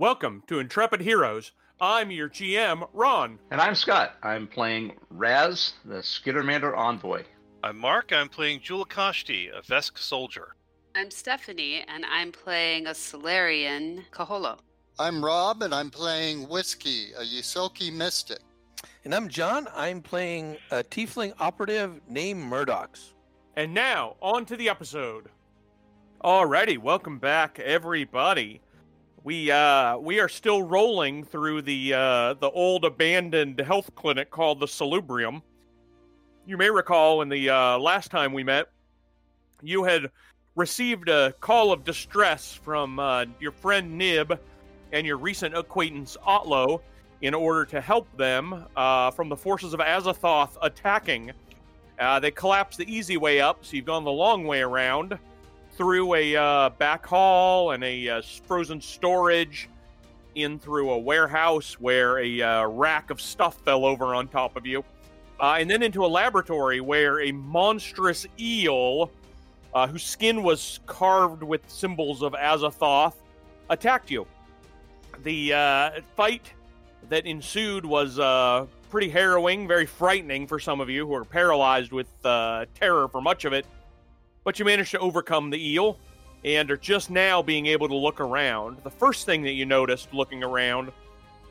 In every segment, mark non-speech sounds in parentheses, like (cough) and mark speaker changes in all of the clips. Speaker 1: Welcome to Intrepid Heroes. I'm your GM, Ron.
Speaker 2: And I'm Scott. I'm playing Raz, the Skittermander Envoy.
Speaker 3: I'm Mark. I'm playing Julakashti, a Vesk soldier.
Speaker 4: I'm Stephanie, and I'm playing a Solarian Kaholo.
Speaker 5: I'm Rob, and I'm playing Whiskey, a Yusoki mystic.
Speaker 6: And I'm John. I'm playing a tiefling operative named Murdochs.
Speaker 1: And now, on to the episode. Alrighty, welcome back, everybody. We uh, we are still rolling through the uh, the old abandoned health clinic called the Salubrium. You may recall in the uh, last time we met, you had received a call of distress from uh, your friend Nib and your recent acquaintance Otlo in order to help them uh, from the forces of Azathoth attacking. Uh, they collapsed the easy way up, so you've gone the long way around through a uh, back hall and a uh, s- frozen storage in through a warehouse where a uh, rack of stuff fell over on top of you. Uh, and then into a laboratory where a monstrous eel, uh, whose skin was carved with symbols of Azathoth, attacked you. The uh, fight that ensued was uh, pretty harrowing, very frightening for some of you who are paralyzed with uh, terror for much of it. But you managed to overcome the eel and are just now being able to look around. The first thing that you noticed looking around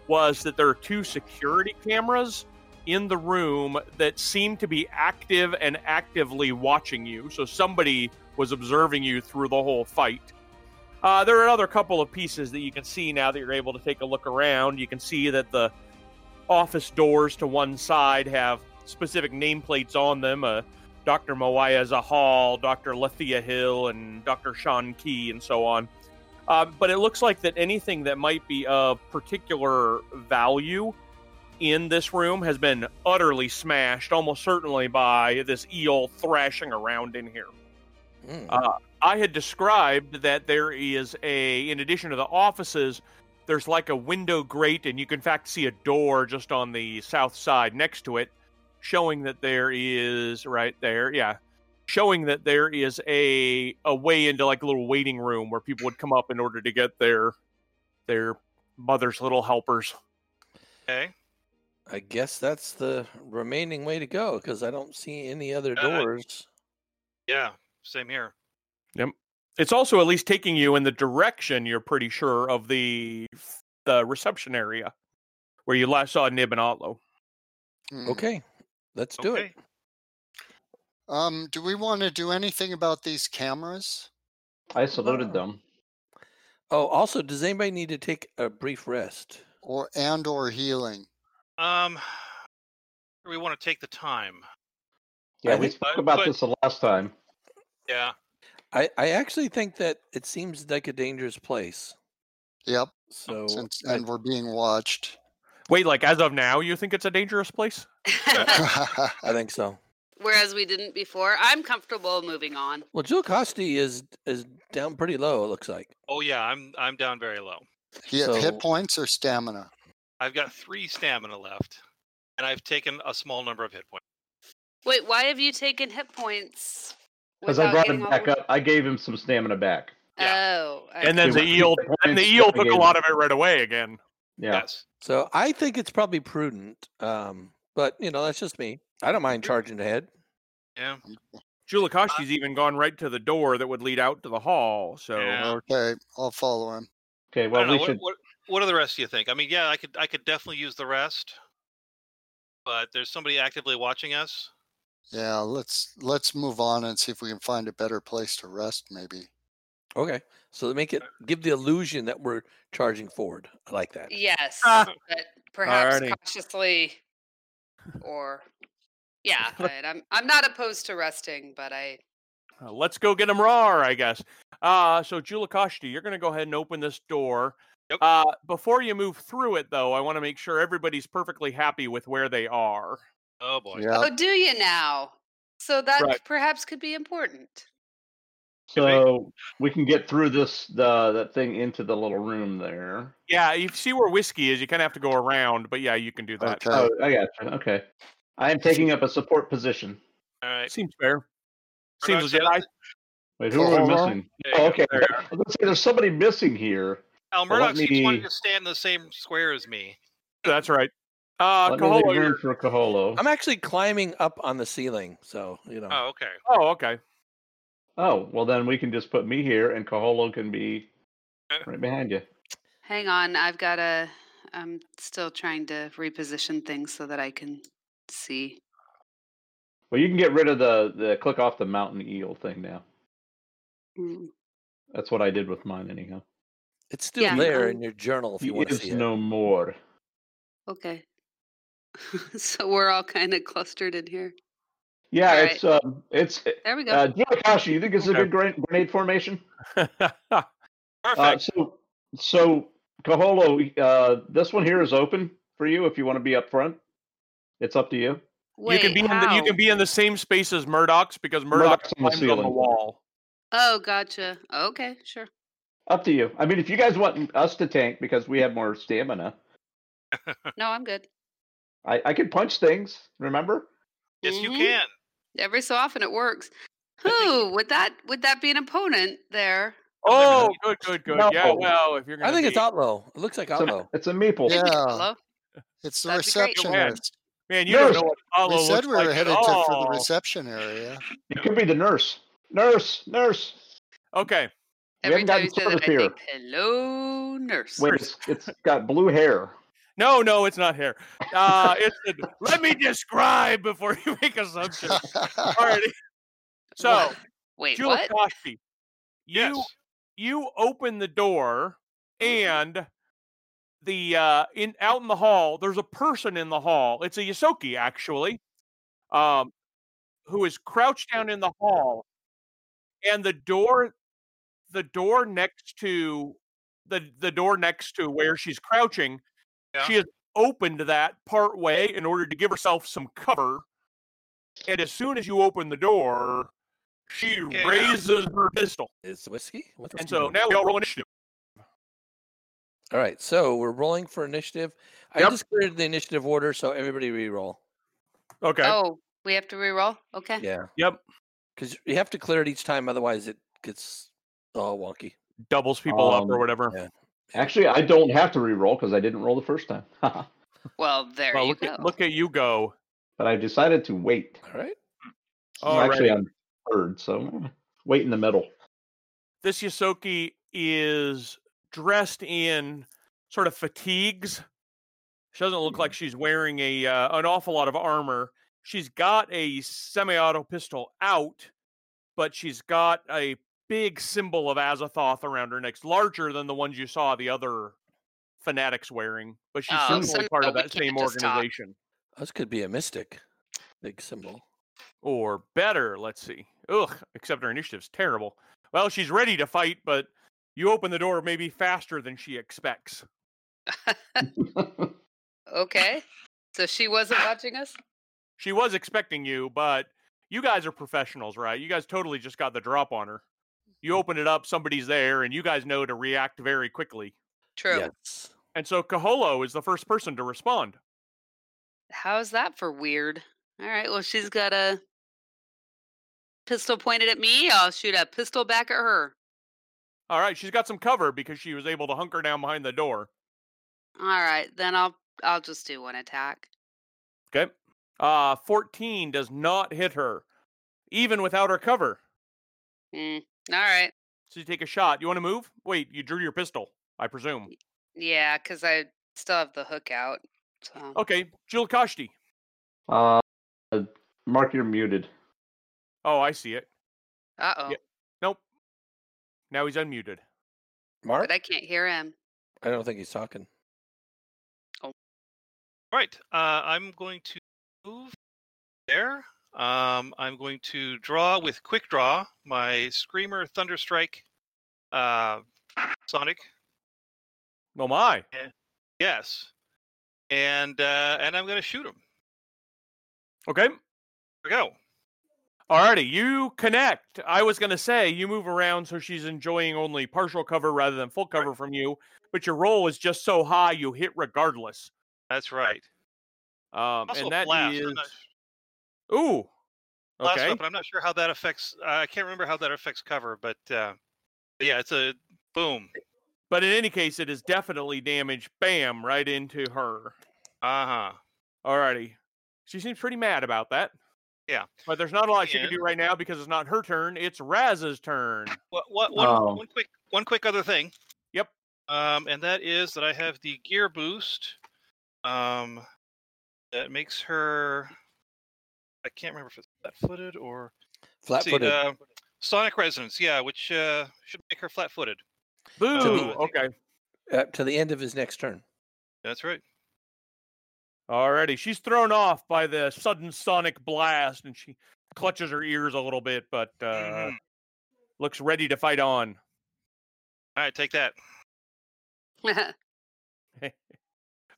Speaker 1: was that there are two security cameras in the room that seem to be active and actively watching you. So somebody was observing you through the whole fight. Uh, there are another couple of pieces that you can see now that you're able to take a look around. You can see that the office doors to one side have specific nameplates on them. Uh, Dr. Mawaya Zahal, Dr. Lethea Hill, and Dr. Sean Key, and so on. Uh, but it looks like that anything that might be of particular value in this room has been utterly smashed, almost certainly by this eel thrashing around in here.
Speaker 6: Mm.
Speaker 1: Uh, I had described that there is a, in addition to the offices, there's like a window grate, and you can, in fact, see a door just on the south side next to it, showing that there is right there, yeah, showing that there is a a way into like a little waiting room where people would come up in order to get their their mother's little helpers.
Speaker 3: Okay.
Speaker 6: I guess that's the remaining way to go because I don't see any other
Speaker 3: Uh,
Speaker 6: doors.
Speaker 3: Yeah. Same here.
Speaker 1: It's also at least taking you in the direction you're pretty sure of the the reception area where you last saw Nib and Otlo.
Speaker 5: Hmm.
Speaker 6: Okay, let's do
Speaker 3: okay.
Speaker 6: it.
Speaker 5: Um, do we want to do anything about these cameras?
Speaker 2: I saluted them.
Speaker 6: Oh, also, does anybody need to take a brief rest?
Speaker 5: Or and or healing?
Speaker 3: Um, we want to take the time.
Speaker 2: Yeah,
Speaker 6: I
Speaker 2: we
Speaker 6: think-
Speaker 2: spoke about
Speaker 3: but-
Speaker 2: this the last time.
Speaker 3: Yeah.
Speaker 6: I, I actually think that it seems like a dangerous place.
Speaker 5: Yep.
Speaker 6: So
Speaker 5: Since
Speaker 6: I-
Speaker 5: and we're being
Speaker 6: (laughs)
Speaker 5: watched.
Speaker 1: Wait, like as of now, you think it's a dangerous place? Uh,
Speaker 4: (laughs)
Speaker 6: I think so.
Speaker 4: Whereas we didn't before. I'm comfortable moving on.
Speaker 6: Well, Jill Costi is is down pretty low. It looks like.
Speaker 3: Oh yeah. I'm I'm down very low.
Speaker 5: He have
Speaker 6: So-
Speaker 5: hit points or stamina?
Speaker 3: I've got three stamina left, and I've taken a small number of hit points.
Speaker 4: Wait, why have you taken hit points?
Speaker 2: Because I
Speaker 4: without
Speaker 2: brought him
Speaker 4: getting all
Speaker 2: back
Speaker 4: the-
Speaker 2: up. I gave him some stamina back.
Speaker 4: Oh.
Speaker 1: And then
Speaker 2: Okay.
Speaker 1: the eel, and the eel took a lot of it right away again.
Speaker 2: Yeah.
Speaker 3: Yes.
Speaker 6: So I think it's probably prudent. Um, but you know, that's just me. I don't mind charging ahead.
Speaker 3: Yeah.
Speaker 1: Julakashi's even gone right to the door that would lead out to the hall. So
Speaker 3: Yeah.
Speaker 5: Okay, I'll follow him.
Speaker 2: Okay,
Speaker 3: I
Speaker 2: well,
Speaker 3: don't know,
Speaker 2: we
Speaker 3: what,
Speaker 2: should.
Speaker 3: what what are the rest do you think? I mean, yeah, I could I could definitely use the rest, but there's somebody actively watching us.
Speaker 5: Yeah, let's let's move on and see if we can find a better place to rest. Maybe.
Speaker 6: Okay. So to make it give the illusion that we're charging forward. I like that.
Speaker 4: Yes,
Speaker 1: Ah.
Speaker 4: but perhaps
Speaker 1: Alrighty.
Speaker 4: cautiously, or yeah,
Speaker 1: (laughs)
Speaker 4: right. I'm I'm not opposed to resting, but I
Speaker 1: Uh, let's go get him raw, I guess. Uh, so Julakashti, you're going to go ahead and open this door.
Speaker 3: Yep.
Speaker 1: Uh, before you move through it, though, I want to make sure everybody's perfectly happy with where they are.
Speaker 3: Oh boy.
Speaker 5: Yeah.
Speaker 4: oh, do you now? So that
Speaker 1: Right.
Speaker 4: perhaps could be important.
Speaker 2: So we can get through this the that thing into the little room there.
Speaker 1: Yeah, you see where whiskey is. You kind of have to go around, but yeah, you can
Speaker 6: Uh,
Speaker 1: do that.
Speaker 5: Okay.
Speaker 2: Oh, I got you. Okay, I am taking up a support position.
Speaker 3: All right.
Speaker 1: Seems fair. Seems
Speaker 3: Paradox,
Speaker 1: legit. I
Speaker 2: Wait, who are we
Speaker 5: Hello?
Speaker 2: missing?
Speaker 3: There you
Speaker 2: Oh,
Speaker 3: go.
Speaker 2: okay,
Speaker 1: There
Speaker 2: I was gonna say, there's somebody missing here.
Speaker 3: Al
Speaker 2: Well, let
Speaker 3: Murdoch keeps wanting
Speaker 2: me-
Speaker 3: to stand in the same square as me.
Speaker 1: That's right. Uh,
Speaker 2: Let
Speaker 1: Kaholo,
Speaker 2: me make
Speaker 1: you're-
Speaker 2: room for Caholo.
Speaker 6: I'm actually climbing up on the ceiling, so you know.
Speaker 3: Oh, okay.
Speaker 1: Oh, okay.
Speaker 2: Oh, well then we can just put me here, and Caholo can be right behind you.
Speaker 4: Hang on, I've got to. I'm still trying to reposition things so that I can see.
Speaker 2: Well, you can get rid of the the click off the mountain eel thing now.
Speaker 4: Mm,
Speaker 2: That's what I did with mine anyhow.
Speaker 6: It's still
Speaker 4: Yeah,
Speaker 6: there
Speaker 4: um,
Speaker 6: in your journal if
Speaker 2: He
Speaker 6: you want to
Speaker 2: is
Speaker 6: see it.
Speaker 2: no more.
Speaker 4: Okay. (laughs) so we're all kind of clustered in here.
Speaker 2: Yeah,
Speaker 4: All
Speaker 2: it's um, it's
Speaker 4: There we go.
Speaker 2: uh, Joakashi. You think this is
Speaker 1: Okay.
Speaker 2: a good grenade, grenade formation? Uh,
Speaker 3: Perfect.
Speaker 2: so, so Caholo, uh, this one here is open for you if you want to be up front. It's up to you.
Speaker 1: you can be in the, you
Speaker 4: how?
Speaker 1: can be in the same space as Murdoch's because Murdoch
Speaker 2: Murdoch's on the
Speaker 1: climbs on the
Speaker 2: ceiling.
Speaker 1: wall.
Speaker 4: Oh, gotcha. Okay, sure.
Speaker 2: Up to you. I mean, if you guys want us to tank because we have more stamina,
Speaker 4: No, I'm good.
Speaker 2: I, I can punch things. Remember?
Speaker 3: Yes, you
Speaker 4: Mhm.
Speaker 3: can.
Speaker 4: Every so often it works.
Speaker 3: I think-
Speaker 4: Who would that would that be an opponent there?
Speaker 1: Oh, good, good, good. Yeah,
Speaker 2: No.
Speaker 1: well, if you're gonna
Speaker 6: I think
Speaker 1: be,
Speaker 6: it's Outlow. It looks like
Speaker 2: It's
Speaker 6: Outlow.
Speaker 2: a, it's a meeple.
Speaker 1: Oh,
Speaker 5: Yeah.
Speaker 4: Hello?
Speaker 5: It's the
Speaker 4: That'd be great. Go
Speaker 1: ahead.
Speaker 5: receptionist.
Speaker 1: man, you
Speaker 2: No,
Speaker 1: don't know what Hollow
Speaker 5: We said
Speaker 1: looks
Speaker 5: we
Speaker 1: like
Speaker 5: were
Speaker 1: at
Speaker 5: headed to for
Speaker 1: all.
Speaker 6: Oh.
Speaker 5: the reception
Speaker 6: (laughs)
Speaker 5: area. (laughs)
Speaker 2: It could be the nurse. Nurse, nurse.
Speaker 1: Okay,
Speaker 2: We
Speaker 4: Every
Speaker 2: haven't
Speaker 4: time
Speaker 2: gotten
Speaker 4: you say that,
Speaker 2: service
Speaker 4: I
Speaker 2: here.
Speaker 4: think, "Hello, nurse."
Speaker 2: Wait, it's, it's got blue hair.
Speaker 1: no, no, it's not here. Uh, it's the- let me describe before you (laughs) make assumptions. Alrighty. So,
Speaker 4: What? wait,
Speaker 1: Jula
Speaker 4: what?
Speaker 1: Koski, you
Speaker 3: Yes.
Speaker 1: you open the door
Speaker 3: Mm-hmm.
Speaker 1: and the uh in out in the hall there's a person in the hall it's a yosoki actually um who is crouched down in the hall and the door the door next to the the door next to where she's crouching
Speaker 3: Yeah.
Speaker 1: she has opened that part way in order to give herself some cover and as soon as you open the door she
Speaker 3: Yeah.
Speaker 1: raises her pistol
Speaker 6: Is whiskey? What's
Speaker 1: and
Speaker 6: whiskey
Speaker 1: so
Speaker 6: doing?
Speaker 1: now we all roll initiative
Speaker 6: All right, so we're rolling for initiative. I
Speaker 1: Yep.
Speaker 6: just cleared the initiative order, so everybody re-roll.
Speaker 1: okay
Speaker 4: Oh, we have to re-roll. Okay.
Speaker 6: Yeah.
Speaker 1: Yep.
Speaker 6: Because you have to clear it each time, otherwise it gets all wonky.
Speaker 1: doubles people up or
Speaker 2: Um,
Speaker 1: whatever
Speaker 6: yeah.
Speaker 2: Actually, I don't have to re-roll because I didn't roll the first time. (laughs) but
Speaker 4: Well, there
Speaker 1: Well,
Speaker 4: you
Speaker 1: look,
Speaker 4: go.
Speaker 1: at, look at you go
Speaker 2: I decided to wait.
Speaker 6: All right.
Speaker 1: All
Speaker 2: Actually, I'm third, so eh, wait in the middle. (laughs)
Speaker 1: this Yosoki is dressed in sort of fatigues. She doesn't look like
Speaker 2: Mm-hmm.
Speaker 1: she's wearing a uh, an awful lot of armor. She's got a semi-auto pistol out, but she's got a big symbol of Azathoth around her neck, larger than the ones you saw the other fanatics wearing. But she's
Speaker 4: Oh, so
Speaker 1: certainly part of
Speaker 4: no, we
Speaker 1: that
Speaker 4: can't
Speaker 1: same
Speaker 4: just talk.
Speaker 1: organization,
Speaker 6: This could be a mystic. Big symbol.
Speaker 1: or better. Let's see. Ugh. Except her initiative's terrible. Well, she's ready to fight, but you open the door maybe faster than she expects.
Speaker 4: Okay. So
Speaker 2: (laughs)
Speaker 4: she wasn't watching us.
Speaker 1: She was expecting you, but you guys are professionals, right? You guys totally just got the drop on her. You open it up, somebody's there, and you guys know to react very quickly.
Speaker 4: True.
Speaker 6: Yes.
Speaker 1: And so Kaholo is the first person to respond.
Speaker 4: How's that for weird? All right. Well, she's got a pistol pointed at me. I'll shoot a pistol back at her.
Speaker 1: All right, she's got some cover because she was able to hunker down behind the door.
Speaker 4: All right. Then I'll I'll just do one attack.
Speaker 1: Okay. Uh 14 does not hit her, even without her cover.
Speaker 4: Mm. All right.
Speaker 1: So you take a shot. You want to move? Wait, you drew your pistol, I presume.
Speaker 4: Yeah, because I still have the hook out.
Speaker 2: Oh,
Speaker 4: So
Speaker 1: Okay, Jill Kashti.
Speaker 2: Uh, Mark, you're muted.
Speaker 1: Oh, I see it.
Speaker 4: uh oh,
Speaker 1: Nope. Now he's unmuted.
Speaker 6: Mark?
Speaker 4: but I can't hear him. (laughs)
Speaker 6: I don't think he's talking.
Speaker 3: All right. Uh, I'm going to move there. Um, I'm going to draw with quick draw my Screamer Thunderstrike uh, Sonic.
Speaker 1: Oh my.
Speaker 3: Yes. And uh, and I'm going to shoot him.
Speaker 1: Okay.
Speaker 3: Here we go.
Speaker 1: Alrighty, you connect. I was gonna say you move around so she's enjoying only partial cover rather than full cover from you, but your roll is just so high you hit regardless.
Speaker 3: That's right.
Speaker 1: Um,
Speaker 3: Also
Speaker 1: and
Speaker 3: a
Speaker 1: that
Speaker 3: blast.
Speaker 1: is
Speaker 3: I'm not,
Speaker 1: ooh,
Speaker 3: blast
Speaker 1: okay,
Speaker 3: weapon. I'm not sure how that affects. Uh, I can't remember how that affects cover, but uh, yeah, it's a boom.
Speaker 1: But in any case, it is definitely damage. Bam, right into her.
Speaker 3: Uh huh.
Speaker 1: Alrighty. She seems pretty mad about that.
Speaker 3: Yeah.
Speaker 1: But there's not a lot she can do right now because it's not her turn. It's Raz's turn.
Speaker 3: What, what, one,
Speaker 2: Oh.
Speaker 3: one quick one quick other thing.
Speaker 1: Um Yep.
Speaker 3: Um, and that is that I have the gear boost. Um, that makes her. I can't remember if it's flat-footed or
Speaker 6: Flat
Speaker 3: see,
Speaker 6: footed.
Speaker 3: uh, sonic resonance. Yeah, which uh, should make her flat-footed.
Speaker 1: Boo.
Speaker 3: Oh.
Speaker 1: okay.
Speaker 6: uh, to the end of his next turn.
Speaker 3: That's right.
Speaker 1: Alrighty. She's thrown off by the sudden sonic blast and she clutches her ears a little bit, but uh,
Speaker 2: Mm-hmm.
Speaker 3: Mhm.
Speaker 1: looks ready to fight on.
Speaker 3: All right, take that.
Speaker 1: All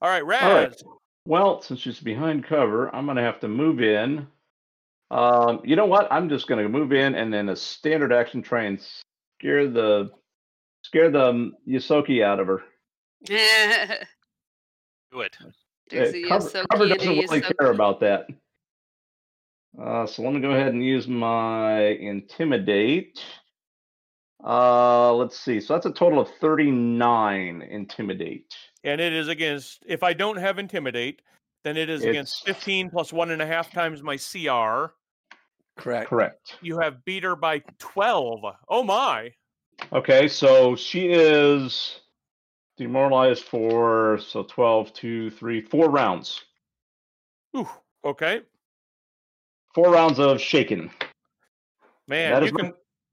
Speaker 1: right, Raz.
Speaker 2: right. Well, since she's behind cover, I'm going to have to move in. Um, you know what? I'm just going to move in and then a standard action try and scare the scare the um, Yosoki out of her.
Speaker 4: There's
Speaker 3: Do it.
Speaker 4: a
Speaker 2: Uh, cover,
Speaker 4: Yosoki
Speaker 2: cover
Speaker 4: and a
Speaker 2: doesn't really care
Speaker 4: Yosoki.
Speaker 2: about that. Uh, so let me go ahead and use my intimidate. Uh, let's see. So that's a total of 39 intimidate.
Speaker 1: and it is against if I don't have intimidate, then it is against
Speaker 2: It's-
Speaker 1: fifteen plus one and a half times my CR.
Speaker 6: Correct.
Speaker 2: Correct.
Speaker 1: You have beat her by twelve. Oh my!
Speaker 2: Okay, so she is demoralized for so 12, 2, 3, 4 rounds.
Speaker 1: Ooh, okay,
Speaker 2: Four rounds of shaken.
Speaker 1: man,
Speaker 2: that,
Speaker 1: you
Speaker 2: is
Speaker 1: can
Speaker 2: my,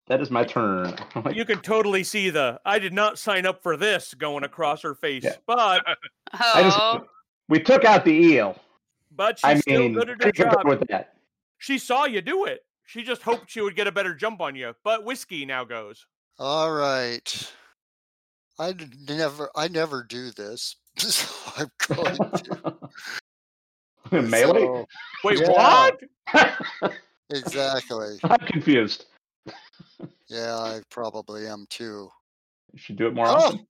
Speaker 2: that is my turn. (laughs)
Speaker 1: you can totally see the I did not sign up for this going across her face,
Speaker 2: Yeah.
Speaker 5: (laughs)
Speaker 1: but
Speaker 2: I just-
Speaker 4: Oh,
Speaker 2: we took out the eel.
Speaker 1: but she's
Speaker 2: I
Speaker 1: still
Speaker 2: mean,
Speaker 1: good at her
Speaker 2: take it
Speaker 1: job.
Speaker 2: with that.
Speaker 1: She saw you do it. She just hoped she would get a better jump on you. But whiskey now goes.
Speaker 5: All right. I d- never, I never do this. (laughs) So I'm
Speaker 2: (laughs)
Speaker 5: going to.
Speaker 2: Melee?
Speaker 5: So-
Speaker 1: Wait,
Speaker 5: Yeah.
Speaker 1: what?
Speaker 5: exactly.
Speaker 2: (laughs) I'm confused.
Speaker 5: Yeah, I probably am too.
Speaker 2: You should do it more
Speaker 5: Oh,
Speaker 1: (laughs)
Speaker 2: often.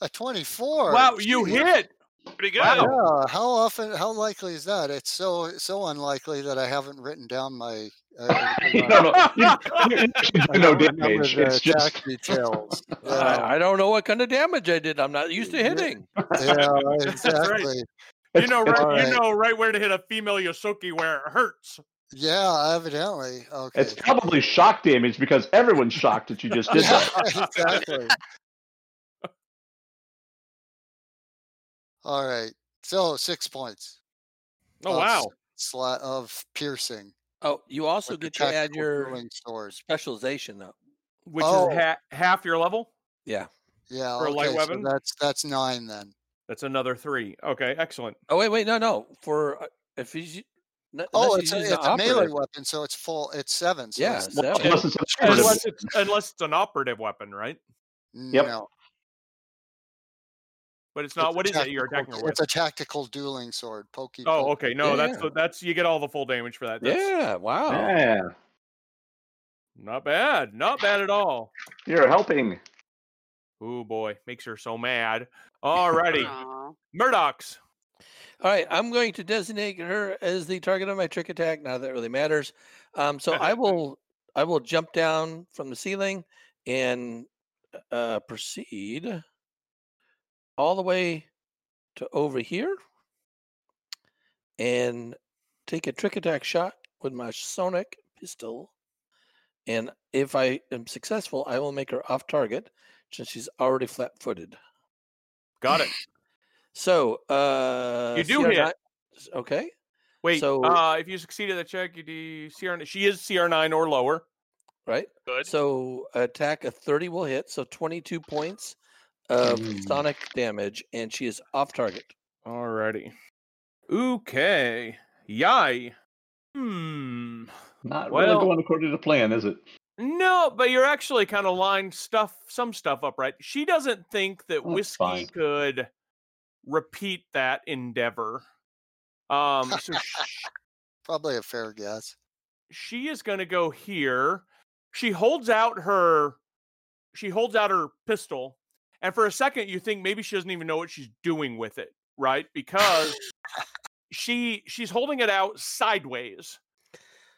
Speaker 5: A 24.
Speaker 1: Wow, you
Speaker 5: Jeez.
Speaker 2: (laughs)
Speaker 1: hit.
Speaker 3: Pretty good.
Speaker 1: Wow.
Speaker 5: Yeah, uh, how often? How likely is that? It's so so unlikely that I haven't written down my. Uh,
Speaker 2: (laughs) you don't
Speaker 1: (laughs)
Speaker 2: know. You, you- you should do
Speaker 5: I
Speaker 2: no
Speaker 5: don't remember
Speaker 2: damage.
Speaker 5: the
Speaker 2: It's
Speaker 5: attack
Speaker 2: just
Speaker 5: details. Yeah,
Speaker 6: Uh, I, I don't know what kind of damage I did. I'm not used to hitting.
Speaker 2: (laughs)
Speaker 5: yeah, exactly.
Speaker 1: You know,
Speaker 2: it's,
Speaker 1: right,
Speaker 5: All
Speaker 1: you
Speaker 5: right.
Speaker 1: know right where to hit a female Yosoki where it hurts.
Speaker 5: Yeah, evidently. Okay.
Speaker 2: it's probably shock damage because everyone's shocked that you just did
Speaker 1: (laughs)
Speaker 5: Yeah,
Speaker 2: that.
Speaker 5: (laughs) exactly. All right. So six points.
Speaker 1: Oh
Speaker 5: of
Speaker 1: wow!
Speaker 5: s- Slot of piercing.
Speaker 6: Oh, you also
Speaker 5: with the
Speaker 6: get to add
Speaker 5: tactical
Speaker 6: your
Speaker 5: dueling sword.
Speaker 6: specialization up.
Speaker 1: Which
Speaker 5: Oh.
Speaker 1: is ha- half your level.
Speaker 5: Yeah.
Speaker 1: for a light
Speaker 5: okay, so
Speaker 1: weapon?
Speaker 5: that's that's nine then.
Speaker 1: That's another three. Okay, excellent.
Speaker 6: Oh wait, wait, no, no. For uh, if he's n-
Speaker 5: Oh,
Speaker 6: unless
Speaker 5: it's
Speaker 6: he's
Speaker 5: a,
Speaker 6: using the
Speaker 5: it's a melee
Speaker 6: operative.
Speaker 5: weapon, so it's full. It's seven. So
Speaker 6: Yeah,
Speaker 5: it's-
Speaker 6: seven.
Speaker 2: Unless it's a
Speaker 1: Unless it's unless it's an operative weapon, right?
Speaker 2: Yep.
Speaker 5: no,
Speaker 1: But it's not.
Speaker 5: a
Speaker 1: what is it you're attacking
Speaker 5: tactical-
Speaker 1: her with?
Speaker 5: It's a tactical dueling sword. Pokey.
Speaker 1: Oh,
Speaker 5: poke.
Speaker 1: okay. No,
Speaker 6: Yeah,
Speaker 1: that's
Speaker 6: yeah.
Speaker 1: the, that's you get all the full damage for that. That's
Speaker 6: Yeah.
Speaker 1: Oh.
Speaker 6: Wow.
Speaker 2: Yeah,
Speaker 1: Not bad. Not bad at all.
Speaker 2: you're helping.
Speaker 1: Oh boy, makes her so mad. Alrighty,
Speaker 6: (laughs)
Speaker 4: Aw.
Speaker 1: Murdoch's.
Speaker 6: All right, I'm going to designate her as the target of my trick attack. Now that really matters. Um, so
Speaker 1: (laughs)
Speaker 6: I will I will jump down from the ceiling and uh, proceed all the way to over here and take a trick attack shot with my sonic pistol. And if I am successful, I will make her off target since she's already flat footed.
Speaker 1: Got it.
Speaker 6: So uh,
Speaker 1: You do
Speaker 6: CR9
Speaker 1: hit.
Speaker 6: Okay.
Speaker 1: Wait.
Speaker 6: So-
Speaker 1: uh, if you succeed at the check, you do CR. She is CR nine or lower.
Speaker 6: right?
Speaker 3: Good.
Speaker 6: So attack a 30 will hit, so 22 points of
Speaker 2: Mm.
Speaker 6: sonic damage, and she is off target.
Speaker 1: Alrighty. Okay. Yay. Hmm.
Speaker 2: Not
Speaker 1: Well-
Speaker 2: really going according to plan, is it?
Speaker 1: No, but you're actually kind of lined stuff some stuff up right. She doesn't think that
Speaker 2: That's
Speaker 1: whiskey
Speaker 2: fine.
Speaker 1: could repeat that endeavor. Um so sh-
Speaker 5: Probably a fair guess.
Speaker 1: (laughs)
Speaker 5: (laughs)
Speaker 1: she is going to go here. She holds out her she holds out her pistol and for a second you think maybe she doesn't even know what she's doing with it, right? Because she she's holding it out sideways.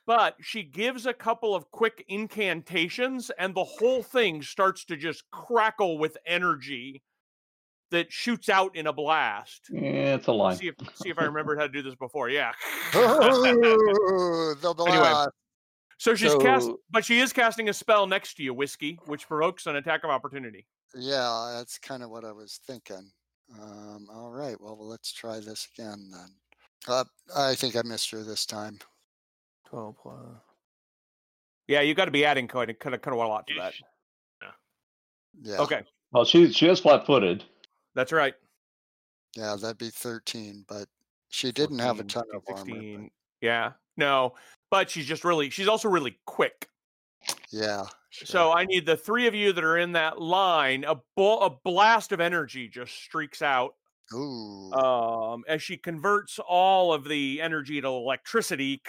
Speaker 1: but she gives a couple of quick incantations and the whole thing starts to just crackle with energy that shoots out in a blast.
Speaker 2: Yeah, it's a line.
Speaker 1: See if see if I remembered how to do this before. Yeah.
Speaker 5: Ooh, the blast.
Speaker 1: So she's cast
Speaker 6: So-
Speaker 1: but she is casting a spell next to you, Whiskey, which provokes an attack of opportunity.
Speaker 5: Yeah, that's kind of what I was thinking. Um, all right, well, let's try this again then. Uh, I think I missed her this time.
Speaker 6: 12 plus.
Speaker 1: Yeah, you got to be adding kind of, kind of kind of a lot to
Speaker 3: You
Speaker 1: that.
Speaker 3: sh-
Speaker 5: Yeah.
Speaker 1: Okay,
Speaker 2: Well, she she is flat footed.
Speaker 1: that's right.
Speaker 5: Yeah, that'd be 13, but she didn't have a
Speaker 1: 14,
Speaker 5: ton of
Speaker 1: 16.
Speaker 5: armor.
Speaker 1: Yeah, no, but she's just really she's also really quick.
Speaker 5: but yeah. sure.
Speaker 1: So I need the three of you that are in that line. A ball, a blast of energy just streaks out
Speaker 5: Ooh.
Speaker 4: Mm-hmm.
Speaker 6: Uh,
Speaker 1: um, as she converts all of the energy to electricity.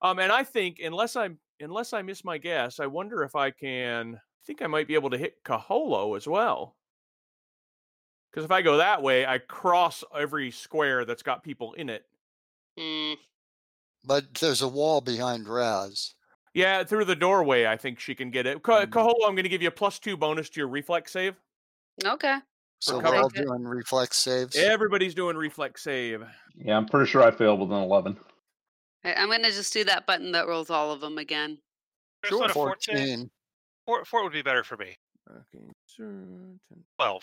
Speaker 1: Um, and I think unless I'm unless I miss my guess, I wonder if I can. I think I might be able to hit Kaholo as well. Because if I go that way, I cross every square that's got people in it.
Speaker 4: Mm,
Speaker 5: but there's a wall behind Raz.
Speaker 1: Yeah, through the doorway, I think she can get it. Ka-
Speaker 4: Mm-hmm.
Speaker 5: Mm.
Speaker 1: Kaholo, I'm going to give you a plus two bonus to your reflex save.
Speaker 4: okay.
Speaker 5: So we're
Speaker 1: covering
Speaker 5: all
Speaker 4: it.
Speaker 5: doing reflex saves.
Speaker 1: Everybody's doing reflex save.
Speaker 2: Yeah, I'm pretty sure I failed with an eleven.
Speaker 4: I- I'm going to just do that button that rolls all of them again.
Speaker 3: There's not a fort there?
Speaker 5: 14.
Speaker 3: Four, four would be better for me.
Speaker 6: Okay, sure, 10.
Speaker 3: Twelve.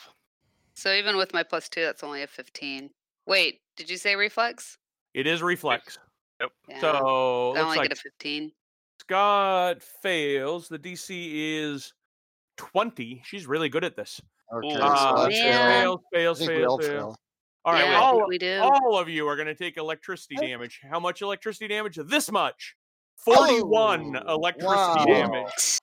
Speaker 4: So even with my plus two, that's only a 15. Wait, did you say reflex?
Speaker 1: It is reflex.
Speaker 4: Yeah.
Speaker 1: So
Speaker 4: I
Speaker 1: looks
Speaker 4: only
Speaker 1: like
Speaker 4: get a 15.
Speaker 1: Scott fails. The DC is 20. She's really good at this.
Speaker 5: Okay.
Speaker 3: Ooh.
Speaker 5: so
Speaker 1: Uh,
Speaker 5: I
Speaker 4: Ah, Yeah.
Speaker 5: failed.
Speaker 1: fails, fails,
Speaker 5: I think we
Speaker 1: fails,
Speaker 5: all
Speaker 1: fails.
Speaker 5: fail.
Speaker 1: All right,
Speaker 4: yeah, I
Speaker 1: all,
Speaker 4: think we do.
Speaker 1: all of you are going to take electricity damage. How much electricity damage? This much. 41
Speaker 5: Oh,
Speaker 1: electricity
Speaker 5: wow.
Speaker 1: damage.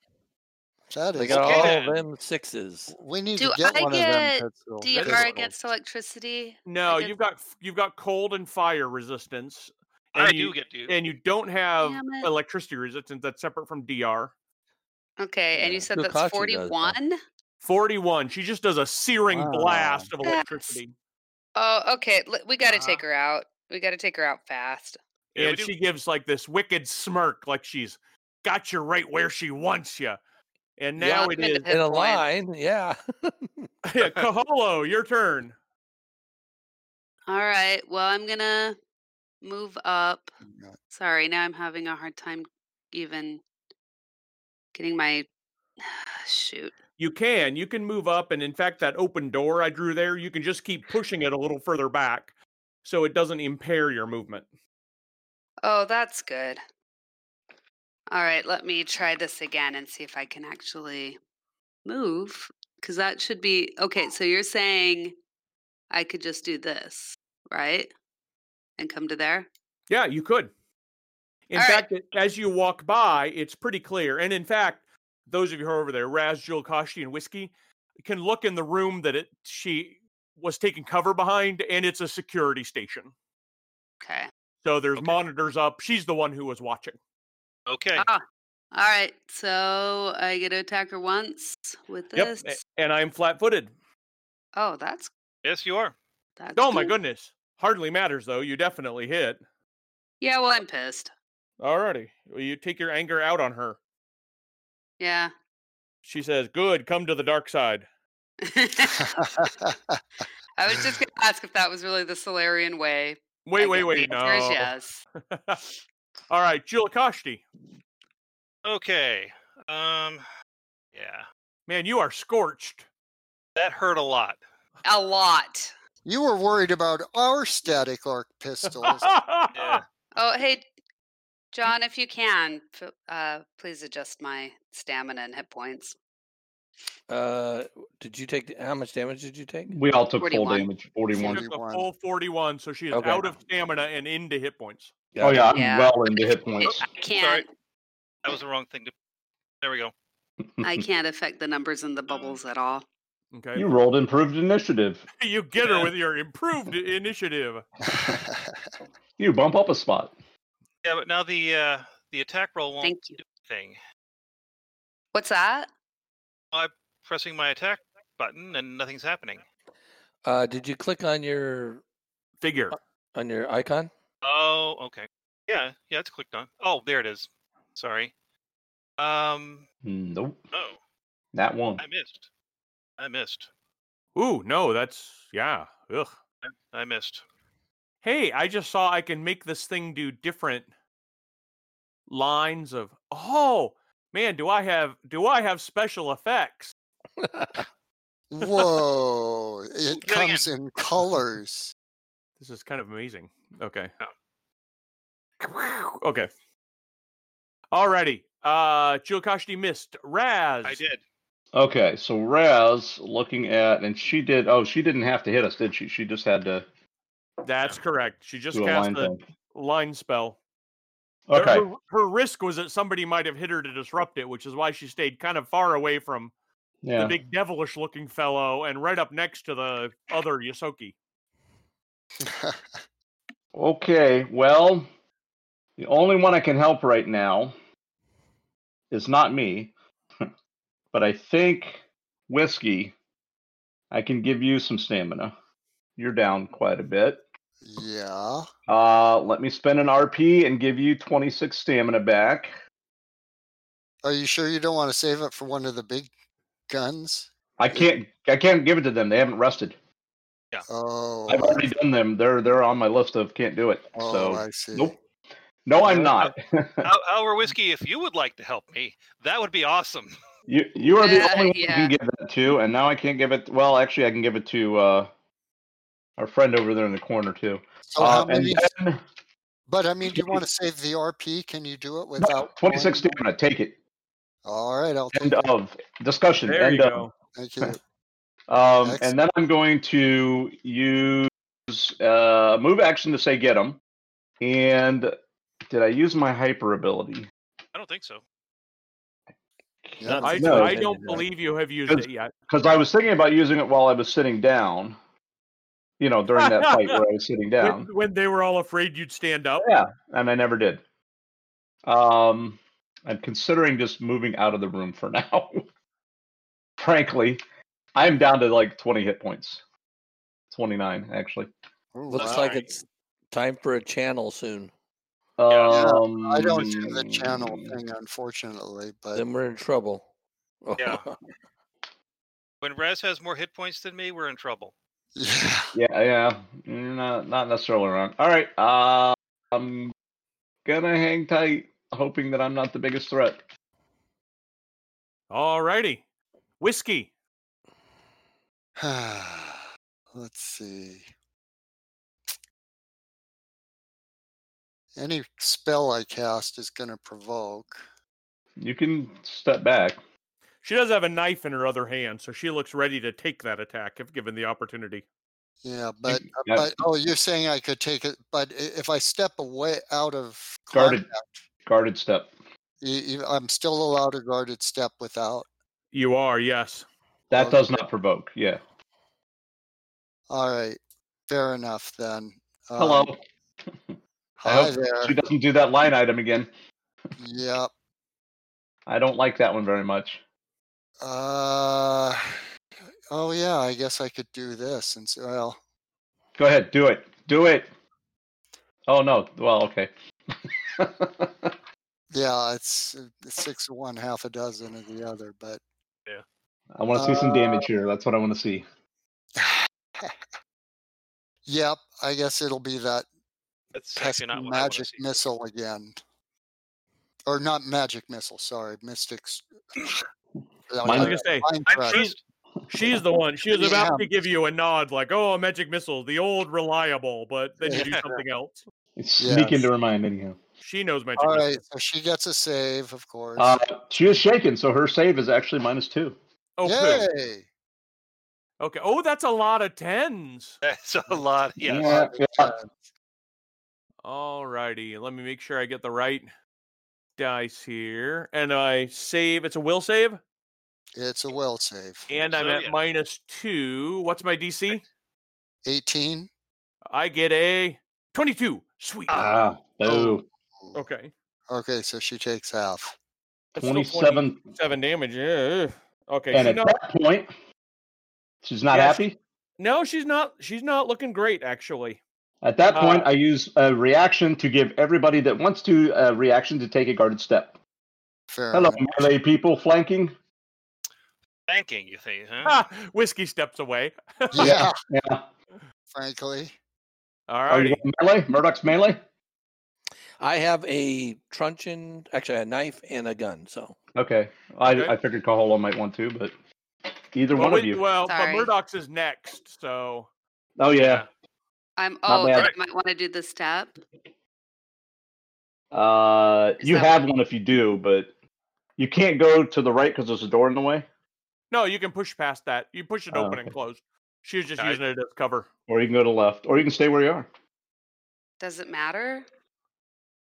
Speaker 5: That
Speaker 6: They
Speaker 5: is.
Speaker 6: got
Speaker 3: Okay,
Speaker 6: all
Speaker 3: then.
Speaker 6: them sixes.
Speaker 5: we need
Speaker 4: Do
Speaker 5: to get
Speaker 4: I
Speaker 5: one
Speaker 4: get
Speaker 5: of them. Pitzel.
Speaker 1: That is
Speaker 4: DMR
Speaker 1: cool.
Speaker 4: against electricity?
Speaker 1: No,
Speaker 4: did
Speaker 1: you've got f- you've got cold and fire resistance, and
Speaker 3: I
Speaker 1: you, eh,
Speaker 3: do get to.
Speaker 1: and you don't have
Speaker 4: Damn it.
Speaker 1: electricity resistance. That's separate from DR.
Speaker 4: Okay, and
Speaker 6: Yeah,
Speaker 4: you said
Speaker 6: Lukaku does,
Speaker 4: that's
Speaker 6: though.
Speaker 4: 41?
Speaker 1: 41. She just does a searing
Speaker 5: Wow.
Speaker 1: blast of
Speaker 4: That's-
Speaker 1: electricity.
Speaker 4: Oh, okay. l- We got to
Speaker 1: Uh-huh.
Speaker 4: take her out. We got to take her out fast.
Speaker 3: Yeah, we
Speaker 1: and
Speaker 3: do.
Speaker 1: she gives like this wicked smirk, like she's got you right where she wants you. And
Speaker 6: Yeah,
Speaker 1: now
Speaker 4: I'm
Speaker 1: it
Speaker 4: into
Speaker 1: is (laughs)
Speaker 4: Hit
Speaker 6: In a
Speaker 4: point.
Speaker 6: line, yeah. (laughs)
Speaker 3: (laughs)
Speaker 1: yeah, Kaholo, your turn.
Speaker 4: All right. Well, I'm going to move up.
Speaker 5: Yeah.
Speaker 4: Sorry, now I'm having a hard time even getting my (sighs) shoot.
Speaker 1: You can, you can move up, and in fact, that open door I drew there, you can just keep pushing it a little further back, so it doesn't impair your movement.
Speaker 4: Oh, that's good. All right, let me try this again and see if I can actually move cuz that should be Okay, so you're saying I could just do this, right? And come to there?
Speaker 1: Yeah, you could. In
Speaker 4: All right.
Speaker 1: fact, it- as you walk by, it's pretty clear. And in fact, those of you who are over there, Raz, Jewel, Koshi, and Whiskey, can look in the room that it she was taking cover behind, and it's a security station.
Speaker 4: Okay.
Speaker 1: So there's
Speaker 3: Okay.
Speaker 1: monitors up. She's the one who was watching.
Speaker 3: Okay.
Speaker 4: Ah, all right. So I get to attack her once with
Speaker 1: Yep. eh
Speaker 4: this.
Speaker 1: a- And I'm flat footed.
Speaker 4: Oh, that's
Speaker 3: Yes, you are.
Speaker 4: that's
Speaker 1: Oh my
Speaker 4: good.
Speaker 1: goodness. Hardly matters though. You definitely hit.
Speaker 4: Yeah, well, I'm pissed.
Speaker 1: Alrighty. Well, you take your anger out on her.
Speaker 4: Yeah. (laughs)
Speaker 1: She says, Good, come to the dark side.
Speaker 4: I was
Speaker 1: (laughs)
Speaker 4: just going to ask if that was really the Solarian way.
Speaker 1: Wait,
Speaker 4: I
Speaker 1: wait,
Speaker 4: guess
Speaker 1: wait.
Speaker 4: the answer is
Speaker 1: No.
Speaker 4: yes.
Speaker 1: (laughs) All right, Jill Koshti.
Speaker 3: Okay. Um. Yeah.
Speaker 1: Man, you are scorched.
Speaker 3: That hurt a lot.
Speaker 4: A lot.
Speaker 5: (laughs) you were worried about our static arc
Speaker 4: (laughs)
Speaker 5: pistols. (laughs)
Speaker 1: Ah,
Speaker 3: Yeah.
Speaker 4: Oh, hey, John, if you can, f- uh, please adjust my stamina and hit points.
Speaker 6: Uh, did you take how much damage did you take?
Speaker 2: We all took full
Speaker 4: 41.
Speaker 2: damage.
Speaker 1: (laughs) She
Speaker 2: Forty-one.
Speaker 1: took a full 41, so she is
Speaker 6: Okay.
Speaker 1: out of stamina and into hit points.
Speaker 2: Oh yeah, I'm
Speaker 4: Yeah.
Speaker 2: well into hit
Speaker 4: It-
Speaker 2: points.
Speaker 4: I can't.
Speaker 3: That was the wrong thing to. There we go.
Speaker 2: (laughs)
Speaker 4: I can't affect the numbers
Speaker 2: Oh.
Speaker 4: in the bubbles at all.
Speaker 1: Okay. (laughs) You,
Speaker 2: You rolled improved initiative.
Speaker 1: get her
Speaker 3: Yeah.
Speaker 1: with your improved initiative.
Speaker 2: You bump up a spot.
Speaker 3: Yeah, but now the uh the attack roll won't
Speaker 4: Thank you.
Speaker 3: do anything.
Speaker 4: What's that?
Speaker 3: Pressing my attack button and nothing's happening.
Speaker 6: Uh, did you click on your
Speaker 1: Figure.
Speaker 6: on your icon?
Speaker 3: Oh, okay. Yeah, yeah, it's clicked on. Oh, there it is. Sorry. Um,
Speaker 2: Hmm, Nope,
Speaker 3: oh,
Speaker 2: that one.
Speaker 3: I missed. I missed.
Speaker 1: Ooh, no, that's yeah. Ugh.
Speaker 3: I- I missed.
Speaker 1: Hey, I just saw I can make this thing do different lines of oh man, do I have do I have special effects?
Speaker 5: Whoa! It
Speaker 3: Good again.
Speaker 5: comes in colors. (laughs)
Speaker 1: This is kind of amazing. Okay.
Speaker 3: Yeah.
Speaker 2: Oh.
Speaker 1: Okay. Alrighty. Uh Chilkashti missed. Raz.
Speaker 3: I did.
Speaker 2: Okay, so Raz looking at, and she did. Oh, she didn't have to hit us, did she? She just had to
Speaker 1: That's correct. She just
Speaker 2: do a
Speaker 1: cast
Speaker 2: line
Speaker 1: the
Speaker 2: thing.
Speaker 1: line spell. Her-
Speaker 2: Okay,
Speaker 1: Her, her risk was that somebody might have hit her to disrupt it, which is why she stayed kind of far away from the
Speaker 2: yeah.
Speaker 1: big devilish looking fellow and right up next to the other Yosoki.
Speaker 2: Okay, well, the only one I can help right now is not me, (laughs) but I think whiskey. I can give you some stamina. You're down quite a bit.
Speaker 5: yeah.
Speaker 2: Uh, let me spend an RP and give you 26 stamina back.
Speaker 5: Are you sure you don't want to save it for one of the big guns?
Speaker 2: I can't. I can't give it to them. They haven't rested.
Speaker 5: Oh,
Speaker 2: I've already done them. They're they're on my list of can't do it.
Speaker 5: oh,
Speaker 2: so
Speaker 5: I see.
Speaker 2: nope. No, I'm
Speaker 5: Uh,
Speaker 2: not.
Speaker 3: How, however, whiskey, if you would like to help me, that would be awesome.
Speaker 2: you you are the
Speaker 4: Uh,
Speaker 2: only one who
Speaker 4: yeah.
Speaker 2: can give that to, and now I can't give it. Well, actually, I can give it to uh, our friend over there in the corner too.
Speaker 5: So
Speaker 2: Uh,
Speaker 5: Oh, how many?
Speaker 2: And then,
Speaker 5: But I mean, do you want to save the RP? Can you do it
Speaker 2: no,
Speaker 5: without?
Speaker 2: 26
Speaker 5: going-
Speaker 2: stamina. Take it.
Speaker 5: All right, I'll take
Speaker 2: End
Speaker 5: it.
Speaker 2: of discussion.
Speaker 1: There
Speaker 2: end
Speaker 1: you
Speaker 2: of.
Speaker 1: go.
Speaker 2: (laughs)
Speaker 5: Thank you.
Speaker 2: Um,
Speaker 5: Excellent.
Speaker 2: and then I'm going to use uh, move action to say get him. And did I use my hyper ability?
Speaker 3: I don't think so.
Speaker 5: Yeah,
Speaker 1: I,
Speaker 5: No.
Speaker 1: I don't believe you have used
Speaker 2: Because-
Speaker 1: it yet.
Speaker 2: because I was thinking about using it while I was sitting down. You know, during that fight where I was sitting
Speaker 1: When,
Speaker 2: down,
Speaker 1: when they were all afraid you'd stand up.
Speaker 2: Yeah. and I never did. Um, I'm considering just moving out of the room for (laughs) now. Frankly, I'm down to like 20 hit points. 29 actually.
Speaker 5: Ooh,
Speaker 6: Looks
Speaker 5: wow.
Speaker 6: like
Speaker 3: Wow.
Speaker 6: it's time for a channel soon.
Speaker 2: Um,
Speaker 5: I don't do the channel
Speaker 6: Hmm.
Speaker 5: thing, unfortunately, but
Speaker 6: Then we're in trouble. (laughs)
Speaker 3: Yeah. When Raz has more hit points than me, we're in trouble.
Speaker 5: yeah. (laughs)
Speaker 2: Yeah, yeah, you're not not necessarily wrong. All right, uh, I'm gonna hang tight, hoping that I'm not the biggest threat.
Speaker 1: Alrighty. Whiskey.
Speaker 5: Let's see. Any spell I cast is going to provoke.
Speaker 2: You can step back.
Speaker 1: She does have a knife in her other hand, so she looks ready to take that attack if given the opportunity.
Speaker 5: Yeah, but
Speaker 2: can-
Speaker 5: uh,
Speaker 2: yeah.
Speaker 5: but oh, you're saying I could take it, but i- if I step away out of
Speaker 2: Guarded.
Speaker 5: contact,
Speaker 2: Guarded step.
Speaker 5: y- y- I'm still allowed a guarded step without.
Speaker 1: You are, yes.
Speaker 2: That
Speaker 5: Okay.
Speaker 2: does not provoke. Yeah.
Speaker 5: All right, fair enough then. Um,
Speaker 2: Hello. I
Speaker 5: hi
Speaker 2: hope she
Speaker 5: there.
Speaker 2: doesn't do that line item again.
Speaker 5: Yep.
Speaker 2: I don't like that one very much.
Speaker 5: Uh, oh yeah, I guess I could do this. And so, well,
Speaker 2: Go ahead, do it. Do it. Oh no. Well, okay. (laughs)
Speaker 5: yeah, it's uh, it's six of one, half a dozen of the other. But
Speaker 2: I want to see some damage here. That's what I want to see.
Speaker 5: yep, I guess it'll be that
Speaker 3: That's
Speaker 5: pesky
Speaker 3: actually not what I want to
Speaker 5: magic
Speaker 3: see.
Speaker 5: missile again, or not magic missile. Sorry, mystics. uh,
Speaker 1: I was
Speaker 2: Mine-
Speaker 1: gonna say
Speaker 5: Mind
Speaker 3: I'm
Speaker 5: Thrust.
Speaker 3: trust-
Speaker 1: she's the one. She was about
Speaker 5: Yeah.
Speaker 1: to give you a nod, like, "Oh, magic missile, the old reliable," but then
Speaker 5: (laughs)
Speaker 1: you do
Speaker 3: Yeah.
Speaker 1: something else.
Speaker 2: It's sneaking
Speaker 5: Yes.
Speaker 2: to remind anyhow.
Speaker 1: She knows magic.
Speaker 5: All
Speaker 1: missile.
Speaker 5: right, so she gets a save, of course.
Speaker 2: Uh, she is shaken, so her save is actually minus two.
Speaker 1: Oh, poo.
Speaker 5: Yay!
Speaker 1: okay. Oh, that's a lot of tens.
Speaker 3: (laughs) That's a lot. Yes.
Speaker 2: Yeah, yeah.
Speaker 5: Uh,
Speaker 1: Alrighty, let me make sure I get the right dice here. And I save. It's a will save,
Speaker 5: It's a will save.
Speaker 1: and I'm
Speaker 3: So,
Speaker 1: at
Speaker 3: yeah.
Speaker 1: minus two. What's my DC?
Speaker 5: 18.
Speaker 1: I get a twenty-two. Sweet.
Speaker 2: Ah, boo.
Speaker 1: Okay.
Speaker 5: Okay, so she takes half.
Speaker 1: That's still
Speaker 2: 27.
Speaker 1: 27 damage. Yeah. Okay.
Speaker 2: And
Speaker 1: she
Speaker 2: at
Speaker 1: not-
Speaker 2: that point, she's not
Speaker 1: Yeah, she-
Speaker 2: happy.
Speaker 1: no, she's not. She's not looking great, actually.
Speaker 2: At that point,
Speaker 1: Uh,
Speaker 2: I use a reaction to give everybody that wants to a reaction to take a guarded step.
Speaker 5: Fair
Speaker 2: Hello,
Speaker 5: enough.
Speaker 2: (laughs) melee people flanking.
Speaker 3: Banking, you think, huh?
Speaker 1: Ah, whiskey steps away.
Speaker 5: Yeah,
Speaker 2: Yeah.
Speaker 5: frankly.
Speaker 1: All
Speaker 2: Are
Speaker 1: right.
Speaker 2: Oh, you going melee? Murdoch's melee?
Speaker 6: I have a truncheon, actually a knife and a gun. So
Speaker 2: Okay. I,
Speaker 1: Okay.
Speaker 2: I figured Kaholo might want to, but either
Speaker 1: Well,
Speaker 2: one of
Speaker 1: we-
Speaker 2: you.
Speaker 1: well but
Speaker 4: Sorry.
Speaker 1: Murdoch's is next, so
Speaker 2: oh, yeah.
Speaker 4: I'm. Oh,
Speaker 2: bad.
Speaker 4: then I might want to do the step.
Speaker 2: Uh,
Speaker 4: Is
Speaker 2: you
Speaker 4: that
Speaker 2: have
Speaker 4: what-
Speaker 2: one if you do, but you can't go to the right because there's a door in the way,
Speaker 1: no, you can push past that. You push it
Speaker 2: Oh,
Speaker 1: open and
Speaker 2: okay.
Speaker 1: close. She was just
Speaker 3: I-
Speaker 1: using it as cover.
Speaker 2: or you can go to the left, or you can stay where you are.
Speaker 4: Does it matter?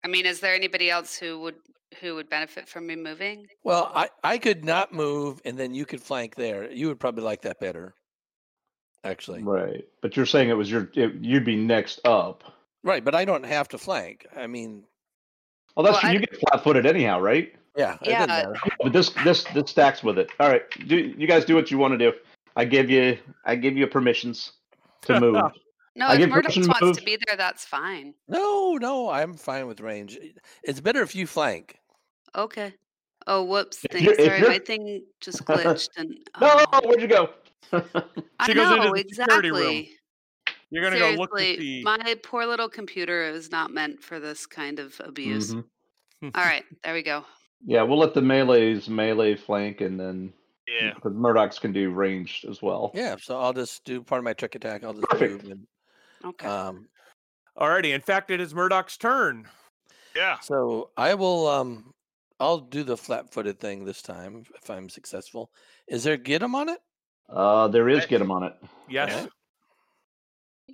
Speaker 4: I mean, is there anybody else who would who would benefit from me moving?
Speaker 6: well, I I could not move, and then you could flank there. You would probably like that better, actually. Right,
Speaker 2: Right. But you're saying it was your, it, you'd be next up.
Speaker 6: but I don't have to flank. I mean,
Speaker 2: Oh, that's
Speaker 4: Well,
Speaker 2: true.
Speaker 4: I
Speaker 2: you get flat footed anyhow, right?
Speaker 6: yeah, it
Speaker 4: Yeah.
Speaker 6: doesn't matter.
Speaker 2: But this this this stacks with it. All right, do you guys do what you want to do? I give you I give you permissions
Speaker 3: (laughs)
Speaker 2: to move.
Speaker 5: Oh.
Speaker 4: No,
Speaker 2: I
Speaker 4: if
Speaker 2: give
Speaker 4: Murdoch
Speaker 2: permission to
Speaker 4: wants to
Speaker 2: move.
Speaker 4: be there, that's fine.
Speaker 6: No, no, I'm fine with range. It's better if you flank.
Speaker 4: Okay. Oh, whoops!
Speaker 2: If
Speaker 4: Thing.
Speaker 2: you're- if
Speaker 4: Sorry, my
Speaker 2: you're-
Speaker 4: thing
Speaker 2: (laughs)
Speaker 4: just glitched, and
Speaker 2: no,
Speaker 4: oh.
Speaker 2: where'd you
Speaker 5: (laughs)
Speaker 2: go?
Speaker 1: She
Speaker 4: I
Speaker 1: goes
Speaker 4: know
Speaker 1: into the security
Speaker 4: exactly.
Speaker 1: room. You're gonna
Speaker 4: Seriously,
Speaker 1: go look to see.
Speaker 4: my poor little computer is not meant for this kind of abuse.
Speaker 2: Mhm.
Speaker 4: All right, there we go.
Speaker 2: Yeah, we'll let the melees melee flank, and then
Speaker 3: Yeah.
Speaker 2: because Murdoch's can do ranged as well.
Speaker 6: Yeah, so I'll just do part of my trick attack. I'll just
Speaker 2: Perfect.
Speaker 6: move.
Speaker 4: Okay.
Speaker 6: And, um,
Speaker 1: Alrighty. In fact, it is Murdoch's turn.
Speaker 3: Yeah.
Speaker 6: so I will. Um, I'll do the flat-footed thing this time if I'm successful. Is there get 'em on it?
Speaker 2: Uh, there is get him on it.
Speaker 1: Yes.
Speaker 6: Alright.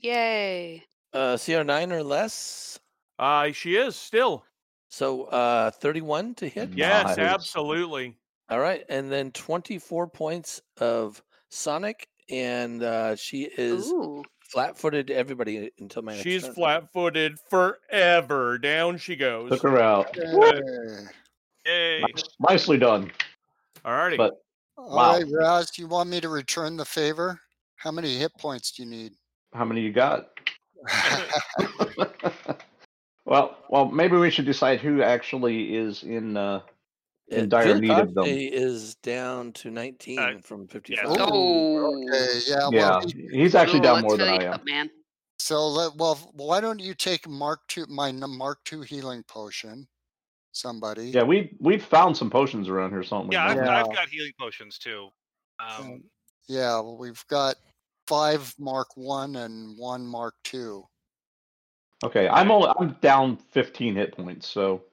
Speaker 4: Yay.
Speaker 6: Uh, CR nine or less.
Speaker 1: Uh, she is still.
Speaker 6: So uh, 31 to hit.
Speaker 1: Yes,
Speaker 2: Nice.
Speaker 1: absolutely.
Speaker 6: All right, and then 24 points of Sonic, and uh, she is
Speaker 4: Ooh.
Speaker 6: flat-footed to everybody until my. next
Speaker 1: She's
Speaker 6: turn.
Speaker 1: flat footed forever. Down she goes.
Speaker 2: Took her out.
Speaker 5: Yay.
Speaker 2: (laughs)
Speaker 3: Yay. (laughs)
Speaker 2: Nicely done.
Speaker 1: Alrighty.
Speaker 2: But- Wow.
Speaker 5: All right, Raz, do you want me to return the favor? How many hit points do you need? (laughs)
Speaker 2: How many you got? (laughs) well, well, maybe we should decide who actually is in. Uh, in
Speaker 6: Uh,
Speaker 2: dire
Speaker 6: Jill
Speaker 2: need of them.
Speaker 6: Conte Is down
Speaker 1: Uh,
Speaker 6: to 19 from 55.
Speaker 3: Ooh,
Speaker 4: Oh.
Speaker 5: Okay, yeah.
Speaker 2: yeah,
Speaker 5: Well,
Speaker 2: he's actually
Speaker 4: Ooh,
Speaker 2: down
Speaker 4: let's
Speaker 2: more
Speaker 4: fill
Speaker 2: than I
Speaker 4: you
Speaker 2: am.
Speaker 4: Up, man.
Speaker 5: so let, well, why don't you take Mark two my n- Mark two healing potion? Somebody.
Speaker 2: Yeah, we we've found some potions around here, something.
Speaker 3: Yeah, I've,
Speaker 5: Yeah.
Speaker 3: I've got healing potions too. Um,
Speaker 5: Yeah, well, we've got five Mark one and one Mark two.
Speaker 2: Okay, I'm only I'm down 15 hit points, so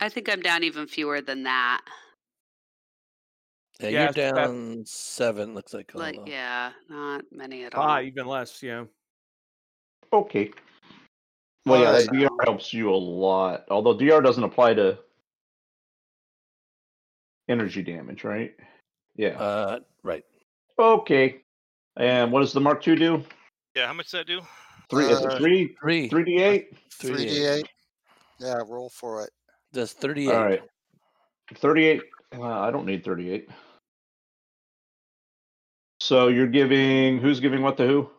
Speaker 4: I think I'm down even fewer than that.
Speaker 6: Yeah,
Speaker 1: Yes,
Speaker 6: you're
Speaker 1: that-
Speaker 6: down seven. Looks like.
Speaker 4: Like,
Speaker 6: Columbo.
Speaker 4: yeah, not many at all.
Speaker 1: Ah, even less. Yeah.
Speaker 2: okay. Well, yeah, that
Speaker 5: Alright.
Speaker 2: DR helps you a lot. Although DR doesn't apply to energy damage, right? Yeah.
Speaker 6: Uh, right.
Speaker 2: okay. And what does the Mark II do?
Speaker 3: yeah, how much does that do?
Speaker 2: Three, it's a
Speaker 5: Uh,
Speaker 2: three,
Speaker 6: Three.
Speaker 2: three D eight.
Speaker 5: Three D eight. Yeah, roll for it.
Speaker 6: Does 38.
Speaker 2: All right, thirty-eight. Well, I don't need thirty-eight. So you're giving who's giving what to who?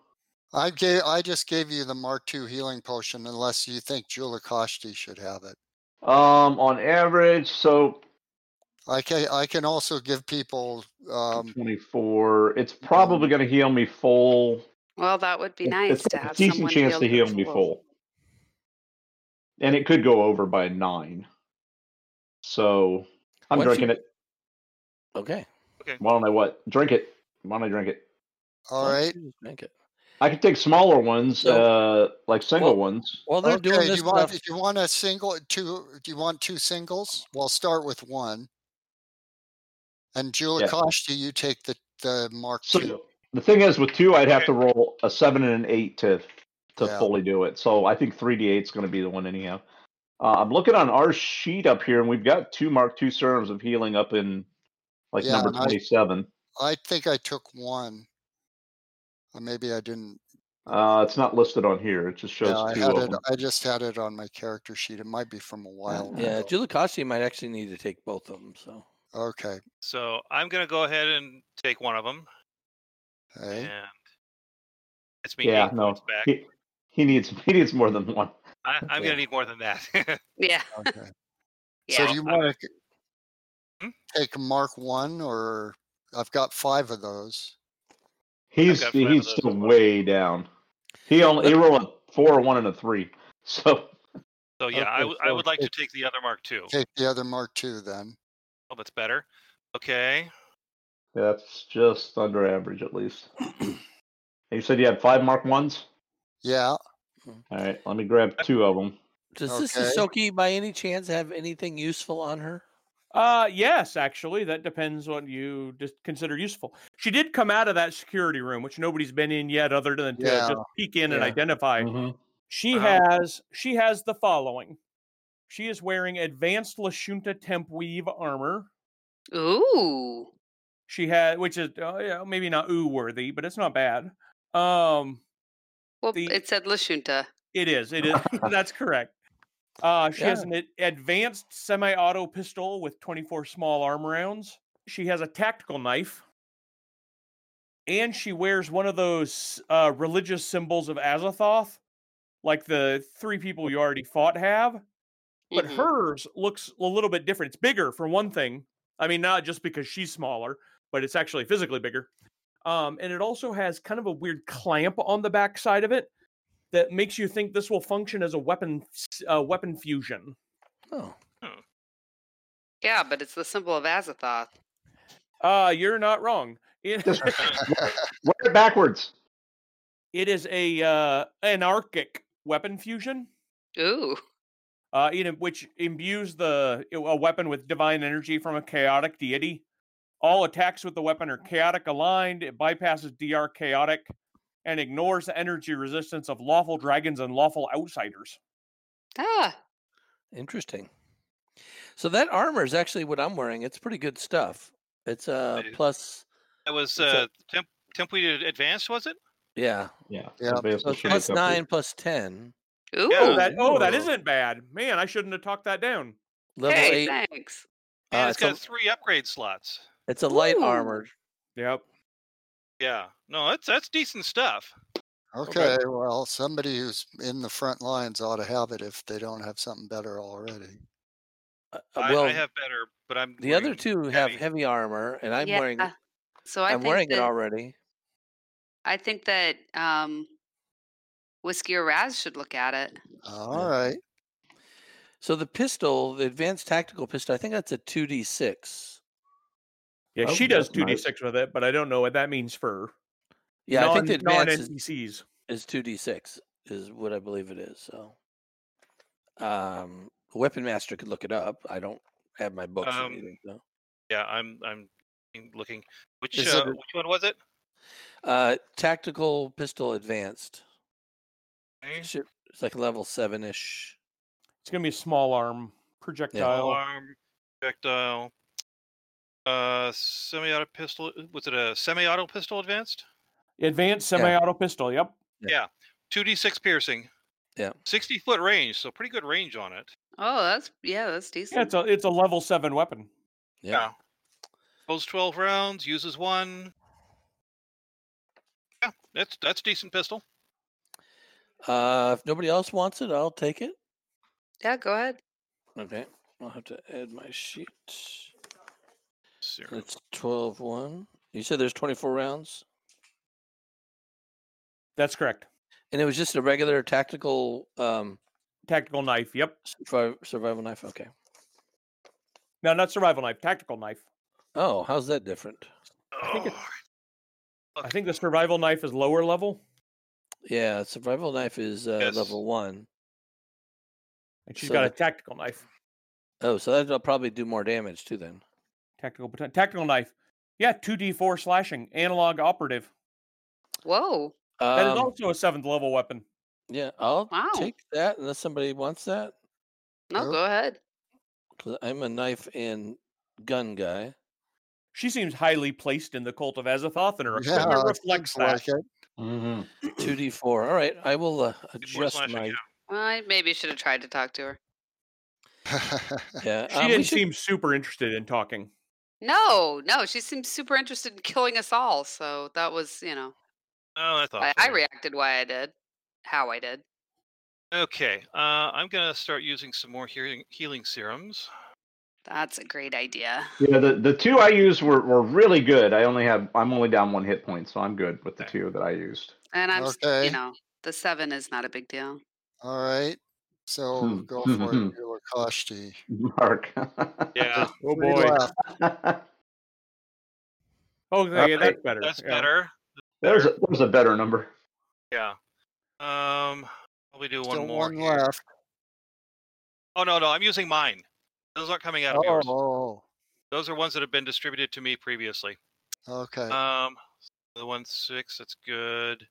Speaker 5: I gave I just gave you the Mark II healing potion unless you think Jula Kosti should have it.
Speaker 2: Um, on average, so
Speaker 5: I can I can also give people um
Speaker 2: 24. It's probably going to heal me full.
Speaker 4: Well, that would be
Speaker 2: It-
Speaker 4: nice
Speaker 2: it's
Speaker 4: to
Speaker 2: got a
Speaker 4: have
Speaker 2: decent
Speaker 4: someone
Speaker 2: chance to heal
Speaker 4: healed for
Speaker 2: me
Speaker 4: full.
Speaker 2: full, and it could go over by nine. So I'm
Speaker 6: Once you-
Speaker 2: drinking it.
Speaker 6: Okay.
Speaker 2: Why don't I what? Drink it. Why don't I drink it?
Speaker 5: all
Speaker 6: Well,
Speaker 5: right.
Speaker 6: you just drink it.
Speaker 2: I could take smaller ones,
Speaker 6: So-
Speaker 2: uh, like single
Speaker 6: Well-
Speaker 2: ones.
Speaker 6: While they're doing
Speaker 5: Okay, do
Speaker 6: this
Speaker 5: you want
Speaker 6: stuff,
Speaker 5: do you want a single two do you want two singles? Well start with one. And Jula
Speaker 2: Yeah.
Speaker 5: Kosti, you take the, the Mark II.
Speaker 2: So the thing is, with two, I'd have to
Speaker 3: Okay.
Speaker 2: roll a seven and an eight to to
Speaker 5: Yeah.
Speaker 2: fully do it. So I think three d eight is going to be the one anyhow. Uh, I'm looking on our sheet up here, and we've got two Mark two serums of healing up in like
Speaker 5: Yeah,
Speaker 2: number
Speaker 5: and I-
Speaker 2: twenty seven.
Speaker 5: I think I took one. Or maybe I didn't.
Speaker 2: Uh, it's not listed on here. It just shows
Speaker 5: Yeah, I
Speaker 2: two
Speaker 5: had
Speaker 2: of
Speaker 5: it
Speaker 2: them.
Speaker 5: I just had it on my character sheet. It might be from a while
Speaker 6: (laughs) yeah,
Speaker 5: ago.
Speaker 6: Jula Kosti might actually need to take both of them. So
Speaker 5: Okay.
Speaker 3: So I'm going to go ahead and take one of them.
Speaker 5: Hey.
Speaker 3: And it's me
Speaker 2: Yeah,
Speaker 3: eight
Speaker 2: no.
Speaker 3: points back.
Speaker 2: He, He needs (laughs) he needs more than one.
Speaker 3: I, I'm
Speaker 5: Yeah.
Speaker 3: gonna need more than that. (laughs)
Speaker 4: Yeah.
Speaker 6: (laughs)
Speaker 5: Okay. So
Speaker 4: Yeah.
Speaker 5: do you want
Speaker 3: Hmm?
Speaker 5: to take Mark one or I've got five of those.
Speaker 2: He's
Speaker 3: got five of
Speaker 2: he's
Speaker 3: those
Speaker 2: still
Speaker 3: as well.
Speaker 2: way down. He only he rolled a four, a one, and a three. (laughs) So
Speaker 3: so yeah,
Speaker 2: Okay,
Speaker 3: I w- I
Speaker 2: so
Speaker 3: would like to
Speaker 2: it's-
Speaker 3: take the other mark too.
Speaker 5: Take the other Mark two then.
Speaker 3: Oh, that's better. Okay.
Speaker 2: that's just under average at least. you said you had five mark ones?
Speaker 5: Yeah.
Speaker 2: All right, let me grab two of them.
Speaker 6: Does this
Speaker 5: Okay.
Speaker 6: Ahsoki by any chance have anything useful on her?
Speaker 1: Uh, yes, actually, that depends what you just consider useful. She did come out of that security room, which nobody's been in yet, other than to
Speaker 5: Yeah,
Speaker 1: just peek in and
Speaker 6: yeah.
Speaker 1: identify.
Speaker 2: Mm-hmm.
Speaker 5: Mm-hmm.
Speaker 1: She
Speaker 3: Wow.
Speaker 1: has she has the following. She is wearing advanced Lashunta temp weave armor.
Speaker 4: Ooh.
Speaker 1: She had, which is uh, yeah, maybe not ooh worthy, but it's not bad. Um,
Speaker 4: Well,
Speaker 1: The-
Speaker 4: it said Lashunta.
Speaker 1: It is. It is. (laughs) That's correct. Uh, she has
Speaker 6: Yeah.
Speaker 1: an ad- advanced semi-auto pistol with 24 small arm rounds. She has a tactical knife, and she wears one of those uh, religious symbols of Azathoth, like the three people you already fought have. But
Speaker 4: Mhm.
Speaker 1: hers looks a little bit different. It's bigger for one thing. I mean, not just because she's smaller, but it's actually physically bigger. Um, and it also has kind of a weird clamp on the back side of it that makes you think this will function as a weapon s- uh, weapon fusion.
Speaker 6: Oh,
Speaker 4: Yeah, but it's the symbol of Azathoth.
Speaker 1: Uh, you're not wrong. It,
Speaker 2: Just wear it backwards.
Speaker 1: (laughs) it is a uh, anarchic weapon fusion,
Speaker 4: Ooh.
Speaker 1: uh, in a- which imbues the a weapon with divine energy from a chaotic deity. All attacks with the weapon are chaotic aligned. It bypasses DR chaotic and ignores the energy resistance of lawful dragons and lawful outsiders.
Speaker 4: Ah.
Speaker 6: interesting. So that armor is actually what I'm wearing. It's pretty good stuff. It's uh
Speaker 3: It is.
Speaker 6: plus
Speaker 3: That was
Speaker 6: It's a-
Speaker 3: uh, temp temp we did advanced, was it?
Speaker 6: yeah.
Speaker 2: Yeah.
Speaker 5: Yeah.
Speaker 2: advanced
Speaker 6: So it's
Speaker 2: machine
Speaker 6: plus
Speaker 2: template.
Speaker 6: nine plus ten.
Speaker 4: Ooh.
Speaker 1: Oh, that, oh, that
Speaker 6: Ooh.
Speaker 1: isn't bad. Man, I shouldn't have talked that down.
Speaker 6: Level
Speaker 4: hey,
Speaker 6: eight.
Speaker 4: thanks.
Speaker 3: And
Speaker 6: Uh,
Speaker 3: it's
Speaker 6: it's, a,
Speaker 3: got three upgrade slots.
Speaker 6: it's a light
Speaker 4: Ooh.
Speaker 6: armor.
Speaker 1: Yep.
Speaker 3: Yeah. No, that's that's decent stuff.
Speaker 5: Okay. Well, somebody who's in the front lines ought to have it if they don't have something better already.
Speaker 6: Uh,
Speaker 3: I,
Speaker 6: well,
Speaker 3: I have better, but I'm
Speaker 6: the other
Speaker 3: wearing
Speaker 6: two have
Speaker 3: heavy.
Speaker 6: heavy armor, and I'm
Speaker 4: yeah.
Speaker 6: wearing
Speaker 4: so I
Speaker 6: I'm
Speaker 4: think
Speaker 6: wearing
Speaker 4: that,
Speaker 6: it already.
Speaker 4: I think that um, Whiskey or Raz should look at it.
Speaker 5: All right.
Speaker 6: So the pistol, the advanced tactical pistol, I think that's a two d six.
Speaker 1: Yeah,
Speaker 2: Oh,
Speaker 1: she does
Speaker 2: that's nice.
Speaker 1: 2d6 with it, but I don't know what that means for
Speaker 6: Yeah, I think the
Speaker 1: non
Speaker 6: advanced is,
Speaker 1: NPCs.
Speaker 6: is two d six is what I believe it is. So, um, weapon master could look it up. I don't have my books
Speaker 3: Um,
Speaker 6: or anything. So.
Speaker 3: Yeah, I'm I'm looking. Which
Speaker 5: Is it
Speaker 3: uh,
Speaker 5: a-
Speaker 3: which one was it?
Speaker 6: Uh, tactical pistol advanced.
Speaker 3: Eh,
Speaker 6: Should- It's like level seven ish.
Speaker 1: It's gonna be a small arm projectile.
Speaker 3: Alarm, projectile, uh, semi-auto pistol. Was it a semi-auto pistol advanced?
Speaker 1: Advanced
Speaker 6: Yeah.
Speaker 1: semi-auto pistol. Yep.
Speaker 3: Two D six piercing.
Speaker 6: Yeah.
Speaker 3: Sixty foot range, so pretty good range on it.
Speaker 4: Oh, that's yeah, that's decent.
Speaker 1: Yeah, it's a it's a level seven weapon.
Speaker 6: Yeah.
Speaker 3: Holds twelve rounds, uses one. Yeah, that's that's decent pistol.
Speaker 6: Uh, if nobody else wants it, I'll take it.
Speaker 4: yeah, go ahead.
Speaker 6: Okay. I'll have to add my sheet.
Speaker 3: Zero.
Speaker 6: It's 12 1. You said there's 24 rounds?
Speaker 1: That's correct.
Speaker 6: And it was just a regular tactical um,
Speaker 1: Tactical knife. Yep.
Speaker 6: survi- survival knife? Okay.
Speaker 1: No, not survival knife. Tactical knife.
Speaker 6: Oh, how's that different?
Speaker 1: I think it's- I
Speaker 3: Oh, Okay.
Speaker 1: think the survival knife is lower level,
Speaker 6: Yeah, survival knife is uh,
Speaker 3: Yes.
Speaker 6: level one.
Speaker 1: and she's
Speaker 6: So
Speaker 1: got
Speaker 6: the-
Speaker 1: a tactical knife.
Speaker 6: Oh, so that'll probably do more damage too then.
Speaker 1: Tactical baton- tactical knife. Yeah, two D four slashing, analog operative.
Speaker 4: Whoa.
Speaker 1: That is
Speaker 6: Um,
Speaker 1: also a seventh level weapon.
Speaker 6: yeah, I'll
Speaker 4: Wow.
Speaker 6: take that unless somebody wants that.
Speaker 4: No,
Speaker 5: Nope.
Speaker 4: go ahead.
Speaker 6: 'cause I'm a knife and gun
Speaker 1: (clears throat)
Speaker 6: guy.
Speaker 1: She seems highly placed in the cult of Azathoth, and her
Speaker 5: Yeah,
Speaker 1: equipment
Speaker 5: it
Speaker 1: reflects
Speaker 5: seems
Speaker 1: that.
Speaker 5: like it.
Speaker 2: Mhm.
Speaker 6: 2d4. All right, I will uh,
Speaker 3: more
Speaker 6: adjust
Speaker 3: slashing,
Speaker 6: my.
Speaker 3: yeah.
Speaker 4: Well, I maybe should have tried to talk to her.
Speaker 6: Yeah,
Speaker 1: She
Speaker 6: um, we
Speaker 1: didn't
Speaker 6: should-
Speaker 1: seem super interested in talking.
Speaker 4: No, no, she seems super interested in killing us all. So that was, you know,
Speaker 3: Oh, that's
Speaker 4: I, I
Speaker 3: awful.
Speaker 4: reacted why I did, how I did.
Speaker 3: Okay, uh, I'm gonna start using some more healing healing serums.
Speaker 4: That's a great idea.
Speaker 2: Yeah, the, the two I used were, were really good. I only have I'm only down one hit point, so I'm good with the two that I used. (laughs)
Speaker 4: And I'm, s-
Speaker 5: Okay.
Speaker 4: you know, the seven is not a big deal.
Speaker 5: (laughs) All right. So
Speaker 2: Hmm,
Speaker 5: go
Speaker 2: hmm,
Speaker 5: for
Speaker 2: hmm,
Speaker 5: it, you Koshti.
Speaker 2: Mark. (laughs)
Speaker 3: Yeah,
Speaker 1: Oh
Speaker 5: Three
Speaker 1: boy.
Speaker 5: left.
Speaker 2: that
Speaker 1: Oh, yeah,
Speaker 2: Alright.
Speaker 1: that's better.
Speaker 3: that's
Speaker 1: yeah.
Speaker 3: better.
Speaker 2: was a, that was a better number.
Speaker 3: Yeah. Um, probably do one
Speaker 5: Still
Speaker 3: more.
Speaker 5: one
Speaker 3: here.
Speaker 5: left.
Speaker 3: Oh no, no, I'm using mine. Those aren't coming out of yours.
Speaker 5: Oh,
Speaker 3: Those are ones that have been distributed to me previously.
Speaker 5: oh, okay.
Speaker 3: Um, the one six, that's good.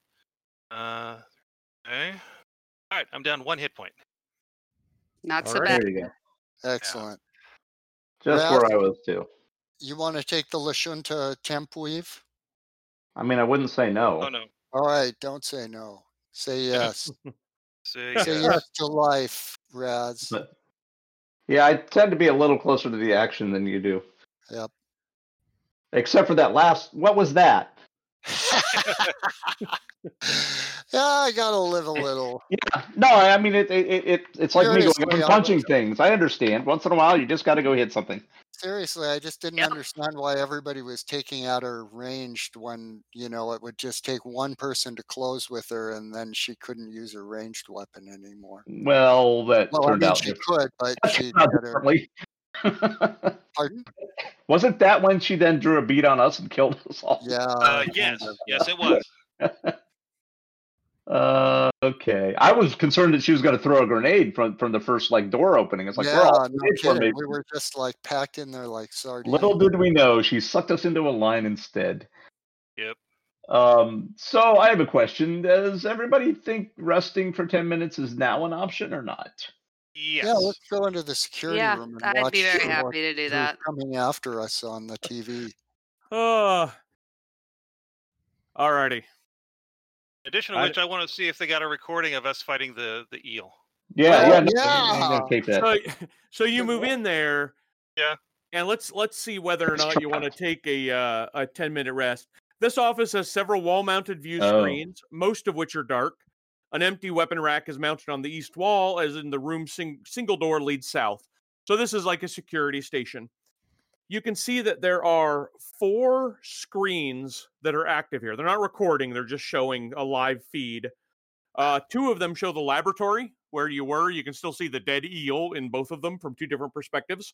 Speaker 3: Uh, okay. All right, I'm down one hit point.
Speaker 4: Not so
Speaker 1: Alright.
Speaker 4: bad.
Speaker 2: There you go.
Speaker 5: Excellent.
Speaker 2: Just
Speaker 5: Ralph?
Speaker 2: where I was too.
Speaker 5: You want to take the Lashunta temp weave?
Speaker 2: I mean, I wouldn't say no.
Speaker 3: Oh no,
Speaker 5: All right. Don't say no. Say yes.
Speaker 2: (laughs)
Speaker 3: say
Speaker 5: say
Speaker 3: yes.
Speaker 5: yes to life, Raz.
Speaker 2: But- yeah, I tend to be a little closer to the action than you do.
Speaker 5: Yep.
Speaker 2: Except for that last. What was that?
Speaker 5: (sighs) yeah, I gotta
Speaker 2: (laughs)
Speaker 5: live a little.
Speaker 2: No, I mean it. It, it it- it's like me
Speaker 5: Seriously,
Speaker 2: going up and
Speaker 5: I
Speaker 2: punching
Speaker 5: was-
Speaker 2: things. I understand. Once in a while, you just got to go hit something.
Speaker 5: Seriously, I just didn't
Speaker 3: Yeah.
Speaker 5: understand why everybody was taking out her ranged when, you know, it would just take one person to close with her and then she couldn't use her ranged weapon anymore.
Speaker 2: Well, that
Speaker 5: Well, I
Speaker 2: turned
Speaker 5: mean,
Speaker 2: out.
Speaker 5: she
Speaker 2: different-
Speaker 5: could, but
Speaker 2: that
Speaker 5: (laughs) she
Speaker 2: turned out
Speaker 5: got her.
Speaker 2: differently. (laughs)
Speaker 5: Pardon?
Speaker 2: Wasn't that when she then drew a bead on us and killed us all?
Speaker 5: Yeah.
Speaker 3: Uh,
Speaker 5: kind
Speaker 3: yes,
Speaker 5: of,
Speaker 3: yes,
Speaker 5: yeah.
Speaker 3: it was.
Speaker 2: Uh, okay. I was concerned that she was going to throw a grenade from from the first like door opening. It's like we're
Speaker 5: Yeah,
Speaker 2: all
Speaker 5: no
Speaker 2: grenade
Speaker 5: kidding.
Speaker 2: formation.
Speaker 5: We were just like packed in there like sardines.
Speaker 2: Little did we know, she sucked us into a line instead.
Speaker 3: Yep.
Speaker 2: Um, so I have a question. Does everybody think resting for 10 minutes is now an option or not?
Speaker 3: Yes.
Speaker 5: Yeah, let's go into the security
Speaker 4: yeah,
Speaker 5: room and
Speaker 4: I'd
Speaker 5: watch
Speaker 4: be very
Speaker 5: (laughs) who-
Speaker 4: happy to do
Speaker 5: who's
Speaker 4: that. (laughs)
Speaker 5: coming after us on the TV.
Speaker 1: Uh, alrighty.
Speaker 3: In addition to
Speaker 1: I-
Speaker 3: which, I want to see if they got a recording of us fighting the the eel.
Speaker 2: Yeah,
Speaker 5: Oh,
Speaker 2: yeah, no,
Speaker 5: yeah.
Speaker 2: I'm gonna take that.
Speaker 1: So, (laughs) so you
Speaker 5: Good
Speaker 1: move
Speaker 5: work.
Speaker 1: in there.
Speaker 3: Yeah.
Speaker 1: And let's let's see whether or
Speaker 2: Let's
Speaker 1: not
Speaker 2: try
Speaker 1: you want to take a uh, a ten minute rest. This office has several wall mounted view
Speaker 2: Oh.
Speaker 1: screens, most of which are dark. An empty weapon rack is mounted on the east wall, as in the room sing- single door leads south. So this is like a security station. You can see that there are four screens that are active here. They're not recording; they're just showing a live feed. Uh, two of them show the laboratory where you were. You can still see the dead eel in both of them from two different perspectives.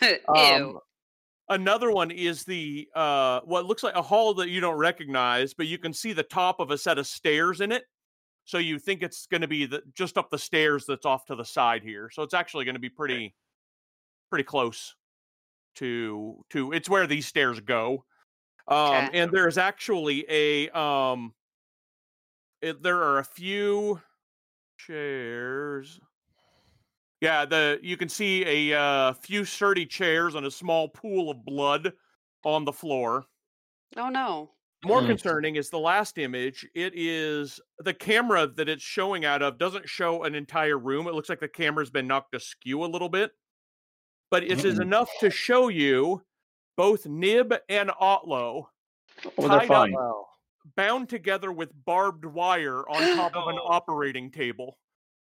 Speaker 4: Ew.
Speaker 1: Um, another one is the uh, what looks like a hall that you don't recognize, but you can see the top of a set of stairs in it. So you think it's going to be the, just up the stairs that's off to the side here. So it's actually going to be pretty, pretty close to to it's where these stairs go. Um,
Speaker 4: Okay.
Speaker 1: and there is actually a um, it, there are a few chairs. Yeah, the you can see a uh, few sturdy chairs and a small pool of blood on the floor.
Speaker 4: Oh no.
Speaker 1: More
Speaker 2: Mm.
Speaker 1: concerning is the last image. It is the camera that it's showing out of doesn't show an entire room. It looks like the camera's been knocked askew a little bit, but it is
Speaker 2: Mm-mm.
Speaker 1: enough to show you both Nib and Otlo
Speaker 2: Well, Oh, they're
Speaker 1: tied up.
Speaker 2: fine.
Speaker 5: Wow.
Speaker 1: bound together with barbed wire on top
Speaker 2: (gasps)
Speaker 1: of an
Speaker 3: Oh.
Speaker 1: operating table.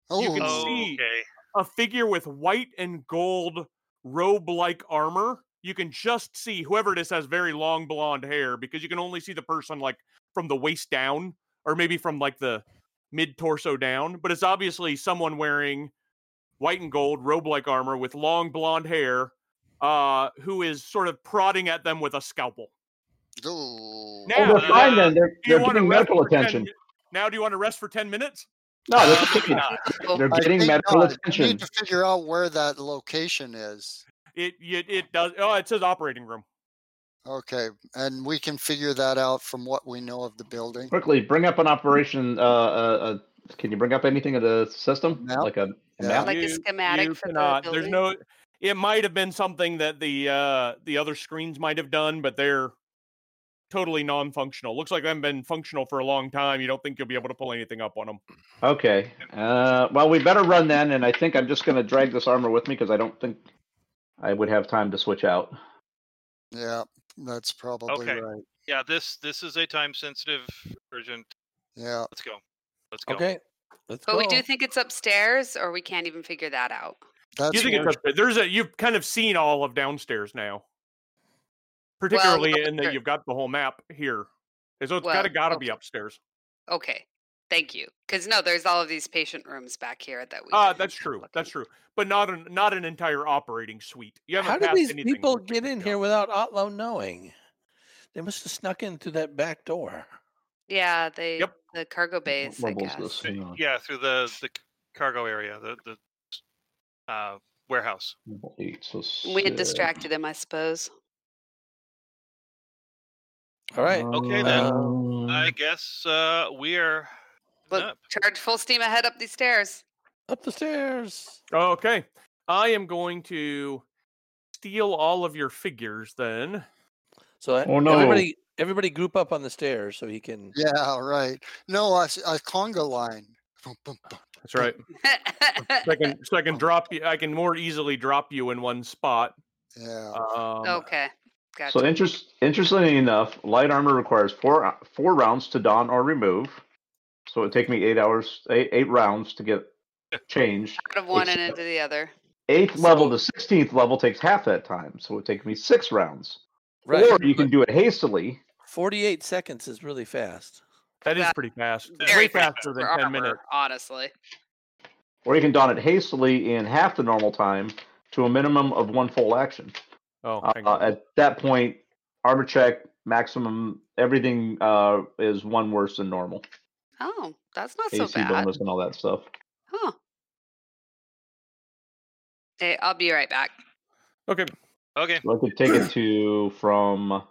Speaker 1: You can
Speaker 5: Oh,
Speaker 1: see-
Speaker 3: Okay.
Speaker 1: a figure with white and gold robe-like armor. You can just see whoever it is has very long blonde hair because you can only see the person like from the waist down or maybe from like the mid torso down. But it's obviously someone wearing white and gold robe-like armor with long blonde hair, uh, who is sort of prodding at them with a scalpel.
Speaker 5: oh.
Speaker 1: Now-
Speaker 2: Oh, they're fine then. They're,
Speaker 1: Do you
Speaker 2: they're
Speaker 1: want to
Speaker 2: getting
Speaker 1: rest
Speaker 2: medical
Speaker 1: for 10
Speaker 2: attention.
Speaker 1: mi- Now, do you want to rest for ten minutes?
Speaker 2: No,
Speaker 3: Uh,
Speaker 2: they're
Speaker 3: maybe
Speaker 2: getting,
Speaker 5: (laughs)
Speaker 3: not.
Speaker 4: Oh,
Speaker 2: they're
Speaker 5: I
Speaker 2: getting
Speaker 5: think
Speaker 2: medical
Speaker 5: not. We
Speaker 2: attention.
Speaker 5: need to figure out where that location is.
Speaker 1: It it, it does. Oh, it says operating room.
Speaker 5: Okay, and we can figure that out from what we know of the building.
Speaker 2: Quickly, bring up an operation. Uh, uh, uh, can you bring up anything of the system?
Speaker 5: Map?
Speaker 2: Like a, a
Speaker 5: Yeah.
Speaker 2: map?
Speaker 4: Like a schematic for the
Speaker 1: There's
Speaker 4: building?
Speaker 1: no. It might have been something that the uh, the other screens might have done, but they're totally non-functional. Looks like they've been functional for a long time. You don't think you'll be able to pull anything up on them.
Speaker 2: Okay. Uh, well, we better run then, and I think I'm just going to drag this armor with me because I don't think I would have time to switch out.
Speaker 5: Yeah, that's probably
Speaker 3: Okay.
Speaker 5: right.
Speaker 3: Yeah, this this is a time sensitive urgent.
Speaker 5: Yeah.
Speaker 3: Let's go. Let's go.
Speaker 6: Okay. Let's
Speaker 4: But we do
Speaker 6: go.
Speaker 4: think it's upstairs, or we can't even figure that out.
Speaker 5: That's
Speaker 1: you think it's
Speaker 5: where-
Speaker 1: upstairs. There's a you've kind of seen all of downstairs now, particularly in that
Speaker 4: sure.
Speaker 1: you've got the whole map here. And So it's
Speaker 4: Well,
Speaker 1: gotta gotta be
Speaker 4: okay.
Speaker 1: upstairs.
Speaker 4: Okay, thank you. Because no, there's all of these patient rooms back here that we.
Speaker 1: Ah,
Speaker 4: didn't
Speaker 1: that's true.
Speaker 4: look
Speaker 1: That's
Speaker 4: in.
Speaker 1: true. But not an not an entire operating suite. You haven't
Speaker 6: How did
Speaker 1: passed
Speaker 6: these
Speaker 1: anything
Speaker 6: people
Speaker 1: with the
Speaker 6: get in
Speaker 1: Kikyo.
Speaker 6: here without Otlo knowing? They must have snuck in through that back door.
Speaker 4: Yeah, they
Speaker 1: Yep.
Speaker 4: the cargo bays. I
Speaker 2: level's
Speaker 4: guess.
Speaker 2: this thing on?
Speaker 3: Yeah, through the the cargo area, the the uh, warehouse.
Speaker 2: Level Eight, so
Speaker 4: We had
Speaker 2: six.
Speaker 4: distracted him, I suppose.
Speaker 2: Uh-huh.
Speaker 6: All right.
Speaker 3: Okay, then.
Speaker 2: Um,
Speaker 3: I guess uh, we are
Speaker 4: Look,
Speaker 3: up.
Speaker 4: charge full steam ahead up these stairs.
Speaker 6: Up the stairs.
Speaker 1: Okay. I am going to steal all of your figures then.
Speaker 6: So I-
Speaker 2: Oh, no.
Speaker 6: everybody everybody group up on the stairs so he can
Speaker 5: (laughs) Yeah, right. No, a, s- a conga line. Bum, bum, bum.
Speaker 1: That's right. So I can so I can drop you I can more easily drop you in one spot.
Speaker 5: Yeah.
Speaker 1: Um,
Speaker 4: okay, gotcha.
Speaker 2: So interest, interestingly enough, light armor requires four hou- four rounds to don or remove. So it would take me eight hours, eight, eight rounds to get changed.
Speaker 4: Out of one and
Speaker 2: it's-
Speaker 4: into the other.
Speaker 2: Eighth level
Speaker 6: So-
Speaker 2: to sixteenth level takes half that time, so it would take me six rounds.
Speaker 6: right.
Speaker 2: Or you can do it hastily.
Speaker 6: 48 seconds is really fast.
Speaker 1: That is
Speaker 4: That-
Speaker 1: pretty fast.
Speaker 3: Very
Speaker 1: Way
Speaker 3: fast
Speaker 1: faster than
Speaker 4: For
Speaker 1: ten
Speaker 4: armor,
Speaker 1: minutes.
Speaker 4: honestly.
Speaker 2: Or you can don it hastily in half the normal time to a minimum of one full action.
Speaker 1: Oh,
Speaker 2: Uh,
Speaker 1: hang on.
Speaker 2: at that point, armor check, maximum, everything uh, is one worse than normal.
Speaker 4: Oh, that's not so
Speaker 2: AC
Speaker 4: bad.
Speaker 2: bonus and all that stuff.
Speaker 4: Huh. Hey, I'll be right back.
Speaker 1: okay.
Speaker 3: Okay.
Speaker 2: So I could
Speaker 1: (clears throat)
Speaker 2: take it to from.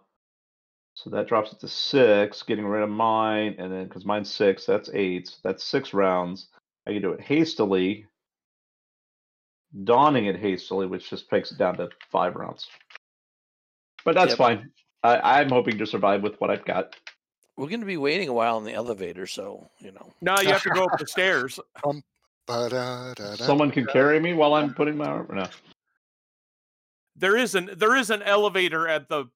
Speaker 2: So that drops it to six, getting rid of mine, and then because mine's six, that's eight. so that's six rounds. I can do it hastily, donning it hastily, which just takes it down to five rounds. But that's
Speaker 6: Yep.
Speaker 2: fine. I, I'm hoping to survive with what I've got.
Speaker 6: We're going to be waiting a while in the elevator, so, you know.
Speaker 1: Now you have to go up
Speaker 2: (laughs)
Speaker 1: the stairs.
Speaker 5: Ba-da-da-da.
Speaker 2: Someone can carry me while I'm putting my armor. No.
Speaker 1: There is an there is an elevator at the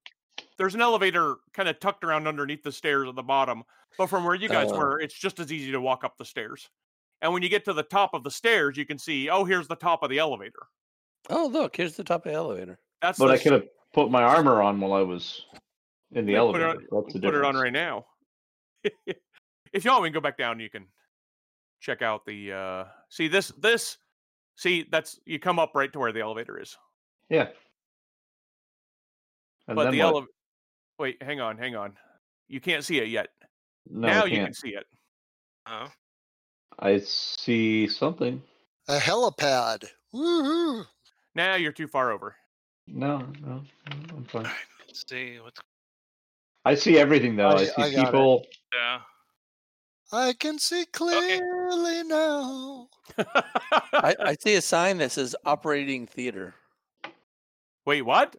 Speaker 1: there's an elevator kind of tucked around underneath the stairs at the bottom. But from where you guys
Speaker 2: Uh.
Speaker 6: Oh.
Speaker 1: were, it's just as easy to walk up the stairs. And when you get to the top of the stairs, you can see, oh, here's the top of the elevator.
Speaker 6: Oh, look, here's the top of the elevator.
Speaker 1: That's
Speaker 2: But I
Speaker 1: the
Speaker 2: could have put my armor on while I was in the
Speaker 1: Yeah, put it
Speaker 2: elevator. That's the
Speaker 1: put it on
Speaker 2: difference.
Speaker 1: right now. (laughs) if y'all want, we can go back down. You can check out the. uh See this. This. See that's you come up right to where the elevator is.
Speaker 2: Yeah. And
Speaker 1: but
Speaker 2: then
Speaker 1: the
Speaker 2: what?
Speaker 1: elevator. Wait, hang on, hang on. You can't see it yet.
Speaker 2: No,
Speaker 1: now
Speaker 2: I
Speaker 1: you
Speaker 2: can't.
Speaker 1: can see it.
Speaker 3: Uh,
Speaker 2: I see something.
Speaker 5: A helipad. Woohoo.
Speaker 1: Now you're too far over.
Speaker 2: No, no, no, I'm fine.
Speaker 3: let's see what's
Speaker 2: I see everything though.
Speaker 5: I-
Speaker 2: I, see
Speaker 5: I got it.
Speaker 2: people.
Speaker 3: yeah.
Speaker 5: I can see clearly now. (laughs)
Speaker 6: I, I see a sign that says operating theater.
Speaker 1: (laughs) Wait, what?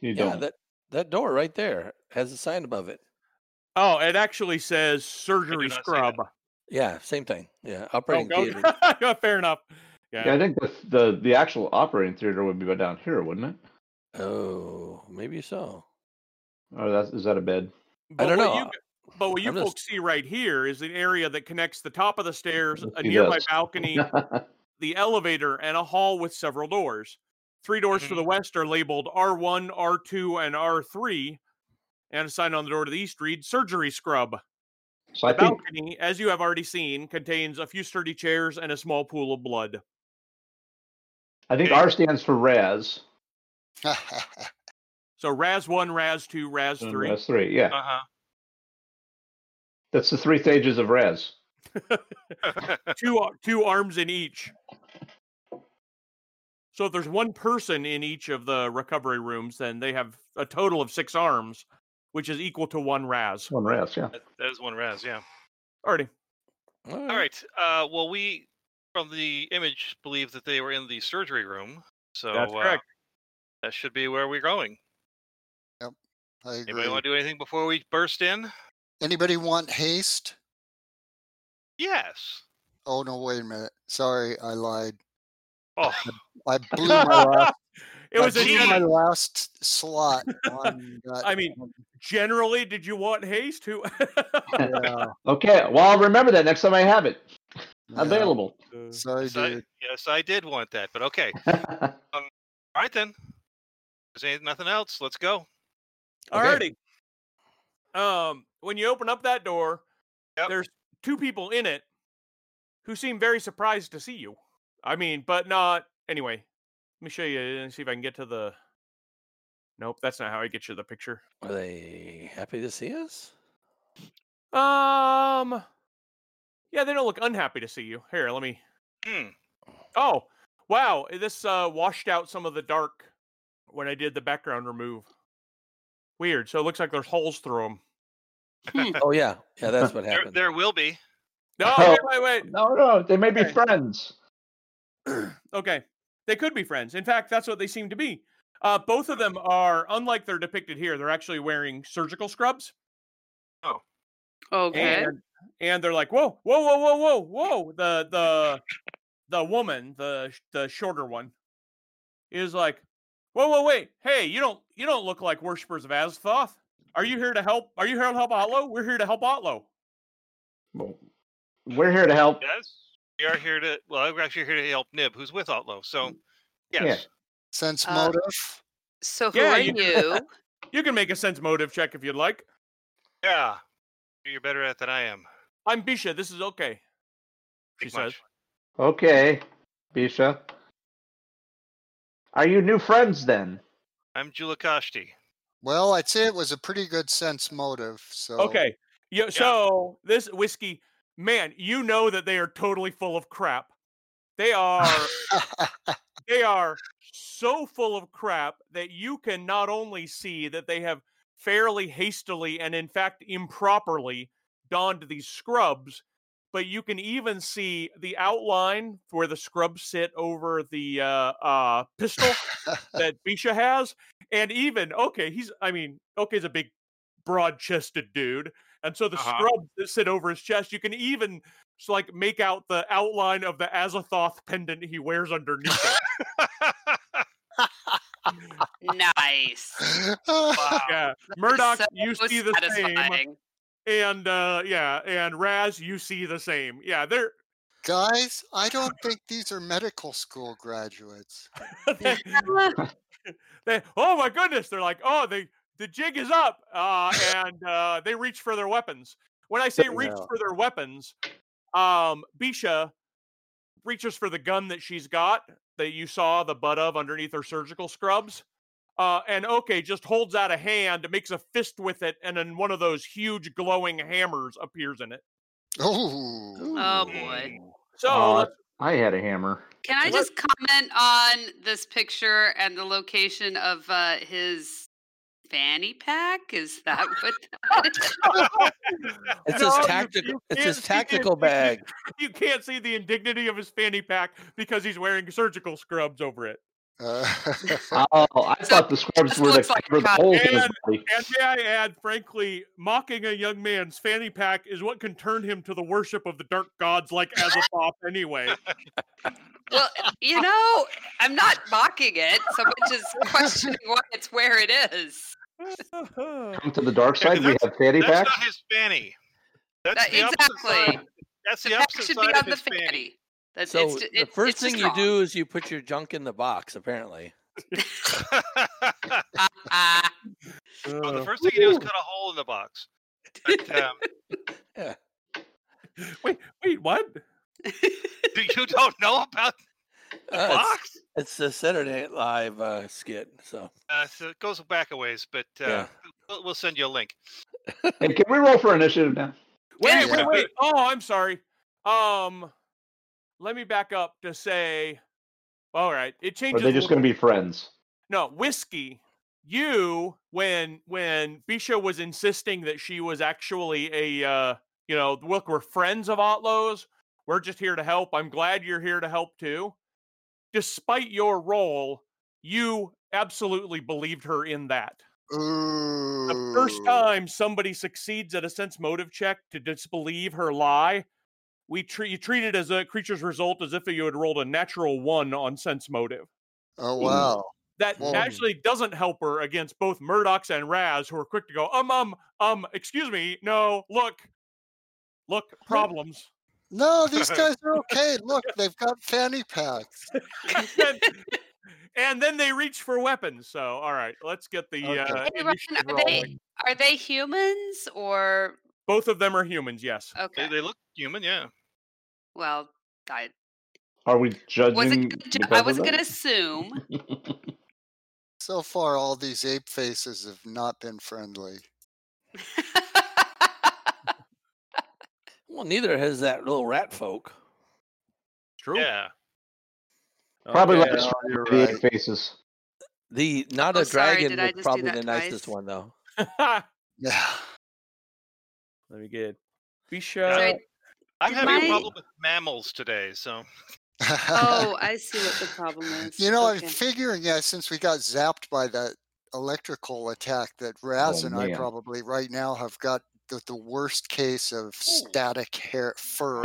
Speaker 2: You
Speaker 6: yeah,
Speaker 2: don't.
Speaker 6: that that door right there has a sign above it.
Speaker 1: Oh, it actually says surgery
Speaker 3: not see that.
Speaker 1: scrub.
Speaker 6: Yeah, same thing. Yeah,
Speaker 1: Oh,
Speaker 6: operating theater.
Speaker 1: go- (laughs) fair enough. Yeah.
Speaker 2: yeah, I think the, the the actual operating theater would be about down here, wouldn't it?
Speaker 6: Oh, maybe so.
Speaker 2: Or that's is that a bed? (laughs)
Speaker 1: But
Speaker 6: don't
Speaker 1: what
Speaker 6: know.
Speaker 1: You, g- but what you
Speaker 6: I'm just-
Speaker 1: folks see right here is the area that connects the top of the stairs,
Speaker 2: Let's
Speaker 1: a
Speaker 2: do
Speaker 1: nearby
Speaker 2: this.
Speaker 1: balcony, the elevator, and a hall with several doors. Three doors to
Speaker 3: Mhm.
Speaker 2: Mm-hmm.
Speaker 1: the west are labeled R1, R2, and R3, and a sign on the door to the east reads Surgery Scrub.
Speaker 2: so I
Speaker 1: The
Speaker 2: think
Speaker 1: balcony, as you have already seen, contains a few sturdy chairs and a small pool of blood.
Speaker 2: I think
Speaker 3: Okay.
Speaker 2: R stands for Raz.
Speaker 1: So Raz 1, Raz 2, Raz
Speaker 2: and
Speaker 1: 3.
Speaker 2: Raz (laughs) three. Yeah,
Speaker 3: Uh (laughs)
Speaker 2: that's the three stages of Raz.
Speaker 3: huh.
Speaker 1: two ar- two arms in each. So if there's one person in each of the recovery rooms, then they have a total of six arms, which is equal to one Raz.
Speaker 2: One Raz. Yeah.
Speaker 3: that, that is one Raz. Yeah.
Speaker 1: Already,
Speaker 3: All right. Uh, well, we from the image believe that they were in the surgery room, so
Speaker 1: that's
Speaker 3: uh,
Speaker 1: correct.
Speaker 3: that should be where we're going.
Speaker 5: I agree.
Speaker 3: Anybody want to do anything before we burst in?
Speaker 5: Anybody want haste?
Speaker 3: Yes.
Speaker 5: Oh no, wait a minute. Sorry, I lied.
Speaker 1: (laughs)
Speaker 3: Oh,
Speaker 5: I blew my last.
Speaker 1: It was a
Speaker 5: That's my
Speaker 1: G.
Speaker 5: last slot.
Speaker 1: (laughs)
Speaker 5: On that
Speaker 1: I mean,
Speaker 5: one.
Speaker 1: Generally, did you want haste? Who? (laughs)
Speaker 5: yeah,
Speaker 2: Okay, well, I'll remember that next time I have it
Speaker 5: yeah.
Speaker 2: available. (laughs)
Speaker 1: Uh,
Speaker 5: Sorry,
Speaker 3: Yes I,
Speaker 5: dude.
Speaker 3: yes, I did want that, but okay. All right then. If there's ain't nothing else, let's go.
Speaker 6: Okay.
Speaker 1: Alrighty. Um, when you open up that door,
Speaker 3: Yep.
Speaker 1: there's two people in it who seem very surprised to see you. I mean, but not anyway. Let me show you and see if I can get to the. Nope, that's not how I get you the picture.
Speaker 6: Are they happy to see us?
Speaker 1: Um, yeah, they don't look unhappy to see you. Here, let me.
Speaker 3: Hmm.
Speaker 1: Oh, wow, this uh, washed out some of the dark when I did the background remove. Weird. So it looks like there's holes through them.
Speaker 6: Oh yeah, yeah, that's what
Speaker 3: There,
Speaker 6: happened.
Speaker 3: there will be.
Speaker 1: No,
Speaker 2: Oh.
Speaker 1: wait, wait, wait.
Speaker 2: no, no, they may be
Speaker 1: Okay.
Speaker 2: friends.
Speaker 1: Okay. They could be friends. In fact, that's what they seem to be. Uh, both of them are, unlike they're depicted here, they're actually wearing surgical scrubs.
Speaker 4: Okay.
Speaker 1: And, and they're like, whoa, whoa, whoa, whoa, whoa, whoa. The the the woman, the sh- the shorter one, is like, whoa, whoa, wait, hey, you don't you don't look like worshippers of Azthoth. Are you here to help? Are you here to help Otlo? We're here to help Otlo.
Speaker 2: Well, We're here to help.
Speaker 3: Yes. We are here to. Well, we're actually here to help Nib, who's with Otlo. So,
Speaker 2: Yeah.
Speaker 3: yes.
Speaker 5: Sense
Speaker 4: Uh,
Speaker 5: motive.
Speaker 4: So who
Speaker 1: Yeah,
Speaker 4: are
Speaker 1: you-
Speaker 4: you?
Speaker 1: You can make a sense motive check if you'd like.
Speaker 3: Yeah. You're better at it than I am.
Speaker 1: I'm Bisha. This is okay. She
Speaker 3: Big much.
Speaker 1: says.
Speaker 2: Okay, Bisha. Are you new friends then?
Speaker 3: I'm Julakashti.
Speaker 5: Well, I'd say it was a pretty good sense motive. So
Speaker 1: Okay. Yeah, So this whiskey, man, you know that they are totally full of crap. They are they are so full of crap that you can not only see that they have fairly hastily and in fact improperly donned these scrubs, but you can even see the outline where the scrubs sit over the uh, uh, pistol that Bisha has, and even okay, he's I mean, okay's a big, broad-chested dude, and so the
Speaker 3: Uh-huh.
Speaker 1: scrubs that sit over his chest, you can even s- like make out the outline of the Azathoth pendant he wears underneath it.
Speaker 3: (laughs)
Speaker 4: Nice.
Speaker 3: wow.
Speaker 4: (laughs)
Speaker 1: yeah, Murdoch,
Speaker 4: So
Speaker 1: you see the same,
Speaker 4: satisfying.
Speaker 1: and uh, yeah, and Raz, you see the same. Yeah, they're
Speaker 5: (laughs)
Speaker 1: (laughs)
Speaker 5: Guys, I don't think these are medical school
Speaker 1: (laughs)
Speaker 5: graduates.
Speaker 4: (laughs)
Speaker 1: they, they- oh my goodness, they're like, oh, they the jig is up, uh, and uh, they reach for their weapons. When I say reach
Speaker 6: Yeah.
Speaker 1: for their weapons, um, Bisha reaches for the gun that she's got that you saw the butt of underneath her surgical scrubs. Uh, and okay, just holds out a hand, makes a fist with it, and then one of those huge glowing hammers appears in it.
Speaker 5: Oh,
Speaker 4: Oh, boy.
Speaker 6: Ooh.
Speaker 1: So
Speaker 2: Aw,
Speaker 1: let's-
Speaker 2: I had a hammer.
Speaker 4: Can I
Speaker 1: What-
Speaker 4: just comment on this picture and the location of uh, his fanny pack? Is that what that
Speaker 6: (laughs)
Speaker 4: is?
Speaker 1: (laughs)
Speaker 6: It's
Speaker 1: No,
Speaker 6: his
Speaker 1: you- (laughs)
Speaker 6: tactical.
Speaker 1: you
Speaker 6: It's
Speaker 1: can't
Speaker 6: his
Speaker 1: see the
Speaker 6: tactical
Speaker 1: indignity-
Speaker 6: bag.
Speaker 1: You can't see the indignity of his fanny pack because he's wearing surgical scrubs over it.
Speaker 5: Uh,
Speaker 2: Oh, I
Speaker 4: So,
Speaker 2: thought the scrubs
Speaker 4: this
Speaker 2: were to
Speaker 4: looks like
Speaker 2: cover the holes in his
Speaker 1: cotton.
Speaker 2: body.
Speaker 1: And may I add, frankly, mocking a young man's fanny pack is what can turn him to the worship of the dark gods like Azathoth anyway.
Speaker 4: well, you know, I'm not mocking it so much as
Speaker 3: (laughs)
Speaker 4: questioning why it's where it is.
Speaker 2: Come to the dark
Speaker 3: Yeah, 'cause
Speaker 2: side. We have fanny
Speaker 3: That's
Speaker 2: packs.
Speaker 3: not his fanny. That's
Speaker 4: That-
Speaker 3: the opposite
Speaker 4: Uh, exactly.
Speaker 3: side- That's the,
Speaker 4: The pack
Speaker 3: opposite
Speaker 4: should
Speaker 3: side
Speaker 4: be
Speaker 3: of
Speaker 4: on the
Speaker 3: his fanny.
Speaker 4: fanny. That's,
Speaker 6: So
Speaker 4: it's, ju-
Speaker 6: the
Speaker 4: it-
Speaker 6: first
Speaker 4: it's just
Speaker 6: thing you
Speaker 4: wrong.
Speaker 6: do is you put your junk in the box. Apparently,
Speaker 4: Ah,
Speaker 3: well, the first thing you do is cut a hole in the box. But,
Speaker 4: (laughs)
Speaker 3: um, (laughs)
Speaker 1: wait, wait, what?
Speaker 3: do you don't know about the
Speaker 6: Uh, it's-
Speaker 3: box?
Speaker 6: it's the Saturday Night Live uh, skit. So
Speaker 3: Uh, so it goes back a ways, but uh,
Speaker 6: Yeah.
Speaker 3: we'll, we'll send you a link.
Speaker 2: Hey, can we roll for initiative now?
Speaker 1: Wait,
Speaker 5: Yeah.
Speaker 1: wait, wait. Oh, I'm sorry. Um, let me back up to say, all right, it
Speaker 2: Or are
Speaker 1: changes.
Speaker 2: they
Speaker 1: a
Speaker 2: just
Speaker 1: little
Speaker 2: going to be friends?
Speaker 1: No, whiskey. You when when Bisha was insisting that she was actually a uh, you know, look, we're friends of Otlo's. We're just here to help. I'm glad you're here to help too. Despite your role, you absolutely believed her in that. The first
Speaker 5: ooh.
Speaker 1: time somebody succeeds at a sense motive check to disbelieve her lie, we treat you treat it as a creature's result as if you had rolled a natural one on sense motive
Speaker 5: (laughs) Oh wow.
Speaker 1: that
Speaker 5: Whoa.
Speaker 1: actually doesn't help her against both Murdoch's and Raz, who are quick to go, um, um, um, excuse me, no, look, look, problems.
Speaker 5: No,
Speaker 4: (laughs)
Speaker 5: these guys are okay. Look, they've got fanny packs.
Speaker 1: and, and then they reach for weapons. So, all right, let's get the.
Speaker 5: Okay.
Speaker 1: Uh,
Speaker 4: Hey, Ryan,
Speaker 1: initiative
Speaker 4: are they-
Speaker 1: rolling.
Speaker 4: Are they humans or
Speaker 1: Both of them are humans, yes.
Speaker 4: okay?
Speaker 3: They, they look human, yeah.
Speaker 4: well, I
Speaker 2: Are we judging?
Speaker 4: wasn't. gonna ju- I
Speaker 2: because of
Speaker 4: was
Speaker 2: that? (laughs)
Speaker 4: gonna assume. (laughs)
Speaker 5: So far, all these ape faces have not been friendly.
Speaker 6: Well, neither has that little rat folk.
Speaker 1: True. (laughs)
Speaker 3: Yeah.
Speaker 2: Probably
Speaker 6: Okay.
Speaker 2: like
Speaker 5: No, you're
Speaker 2: the
Speaker 5: right.
Speaker 2: eight faces.
Speaker 6: the not
Speaker 4: Oh,
Speaker 6: a
Speaker 4: sorry,
Speaker 6: dragon
Speaker 4: did I
Speaker 6: was
Speaker 4: just do
Speaker 6: probably
Speaker 4: that
Speaker 6: the nicest
Speaker 4: twice?
Speaker 6: one though.
Speaker 5: Yeah.
Speaker 1: Let me get Bisha.
Speaker 3: Sorry.
Speaker 2: (laughs)
Speaker 3: I'm
Speaker 4: Did
Speaker 3: having
Speaker 4: my-
Speaker 3: a problem with mammals today,
Speaker 4: (laughs)
Speaker 3: so
Speaker 5: (laughs)
Speaker 4: oh, I see what the problem is.
Speaker 5: You know,
Speaker 4: Okay.
Speaker 2: (laughs)
Speaker 4: (laughs)
Speaker 5: I'm figuring, yeah, since we got zapped by that electrical attack, that Raz
Speaker 2: Oh,
Speaker 5: and I
Speaker 2: man.
Speaker 5: probably right now have got the, the worst case of static hair fur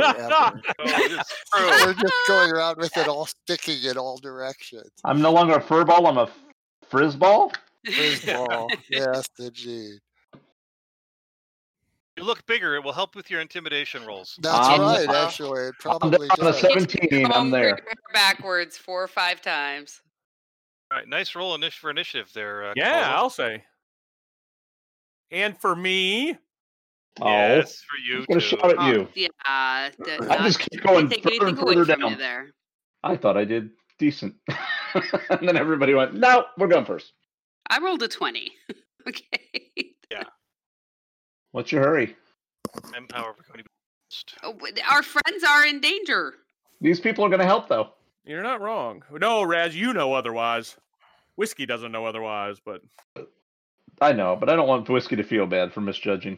Speaker 4: (laughs)
Speaker 5: ever.
Speaker 3: oh, this is true.
Speaker 5: We're just going around with it all sticking in all directions.
Speaker 2: I'm no longer a furball. I'm a frizzball.
Speaker 4: (laughs)
Speaker 5: Frisball. yes, indeed.
Speaker 3: you look bigger, it will help with your intimidation rolls.
Speaker 5: That's
Speaker 2: Um,
Speaker 5: right,
Speaker 2: uh,
Speaker 5: actually. It
Speaker 2: I'm
Speaker 5: probably
Speaker 2: down on a
Speaker 5: does.
Speaker 2: 17. I'm
Speaker 4: Comb through
Speaker 2: there.
Speaker 4: your hair backwards four or five times.
Speaker 3: All right, nice roll initi- for initiative there. Uh,
Speaker 1: Yeah,
Speaker 3: Cole.
Speaker 1: I'll say. And for me,
Speaker 2: Oh,
Speaker 3: Yes, for
Speaker 2: I'm
Speaker 3: you
Speaker 2: gonna
Speaker 3: too.
Speaker 2: shout at
Speaker 4: Oh,
Speaker 2: you.
Speaker 4: Yeah. d-
Speaker 2: I
Speaker 4: not-
Speaker 2: just keep
Speaker 4: didn't
Speaker 2: going
Speaker 4: take
Speaker 2: further and
Speaker 4: anything away
Speaker 2: further
Speaker 4: from you
Speaker 2: down.
Speaker 4: there.
Speaker 2: I thought I did decent, (laughs) and then everybody went, "No, we're going first.
Speaker 4: I rolled a twenty. (laughs) okay. (laughs)
Speaker 2: What's your hurry?
Speaker 3: I'm however going to be. first.
Speaker 4: Oh, w- Our friends are in danger.
Speaker 2: These people are going to help, though."
Speaker 1: you're not wrong. No, Raz, you know otherwise. Whiskey doesn't know otherwise, but (laughs)
Speaker 2: I know, but I don't want whiskey to feel bad for misjudging.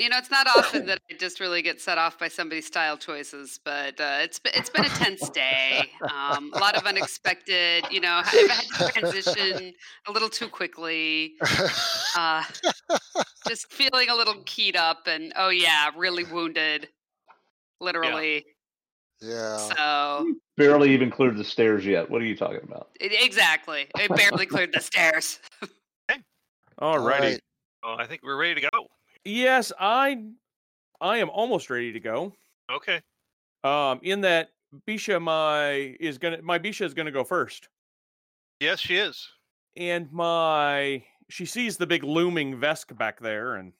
Speaker 4: You know, it's not often that I just really get set off by somebody's style choices, but uh, it's be- it's been a tense day. Um, a lot of unexpected. You know, I had to transition a little too quickly.
Speaker 5: (laughs)
Speaker 4: Uh, just feeling a little keyed up, and oh yeah, really wounded, literally.
Speaker 5: yeah.
Speaker 4: So
Speaker 2: Barely even cleared the stairs yet. What are you talking about? (laughs)
Speaker 4: e- exactly, it barely cleared the stairs.
Speaker 1: alrighty.
Speaker 5: right.
Speaker 3: Oh, I think we're ready to go.
Speaker 1: Yes, I, I am almost ready to go.
Speaker 3: Okay.
Speaker 1: Um, in that Bisha, my is gonna my Bisha is gonna go first.
Speaker 3: Yes, she is. (laughs)
Speaker 1: and my she sees the big looming Vesk back there and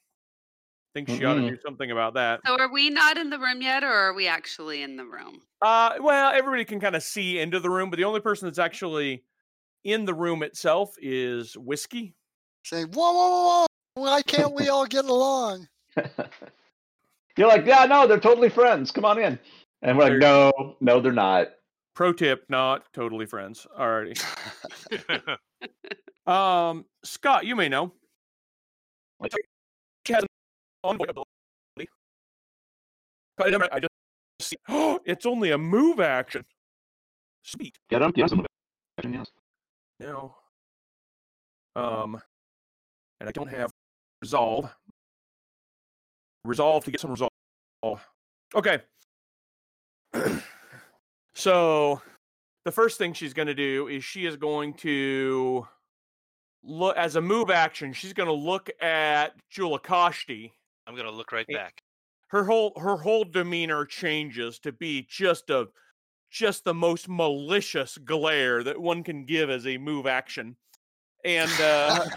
Speaker 1: thinks she ought to
Speaker 2: Mm-mm.
Speaker 1: do something about that.
Speaker 4: So are we not in the room yet, or are we actually in the room? (laughs)
Speaker 1: Uh, well, everybody can kind of see into the room, but the only person that's actually in the room itself is Whiskey.
Speaker 5: Say, whoa, whoa, whoa. Why can't we all get along?
Speaker 2: You're like, yeah, no, they're totally friends. Come on in. And we're like, no, no, they're not.
Speaker 1: Pro tip, not totally friends. Alrighty. Um, Scott, you may know.
Speaker 2: What?
Speaker 1: She has an envoy ability. But I I just see. (gasps) it's only a move action. Sweet.
Speaker 2: Get him. Get him. Yes.
Speaker 1: now. Um, and I don't have resolve. Resolve to get some resolve. Okay. (clears throat) so, the first thing she's going to do is she is going to look as a move action. She's going to look at Julakashti.
Speaker 3: I'm gonna look right
Speaker 1: Yeah.
Speaker 3: back.
Speaker 1: Her whole her whole demeanor changes to be just a just the most malicious glare that one can give as a move action. And uh,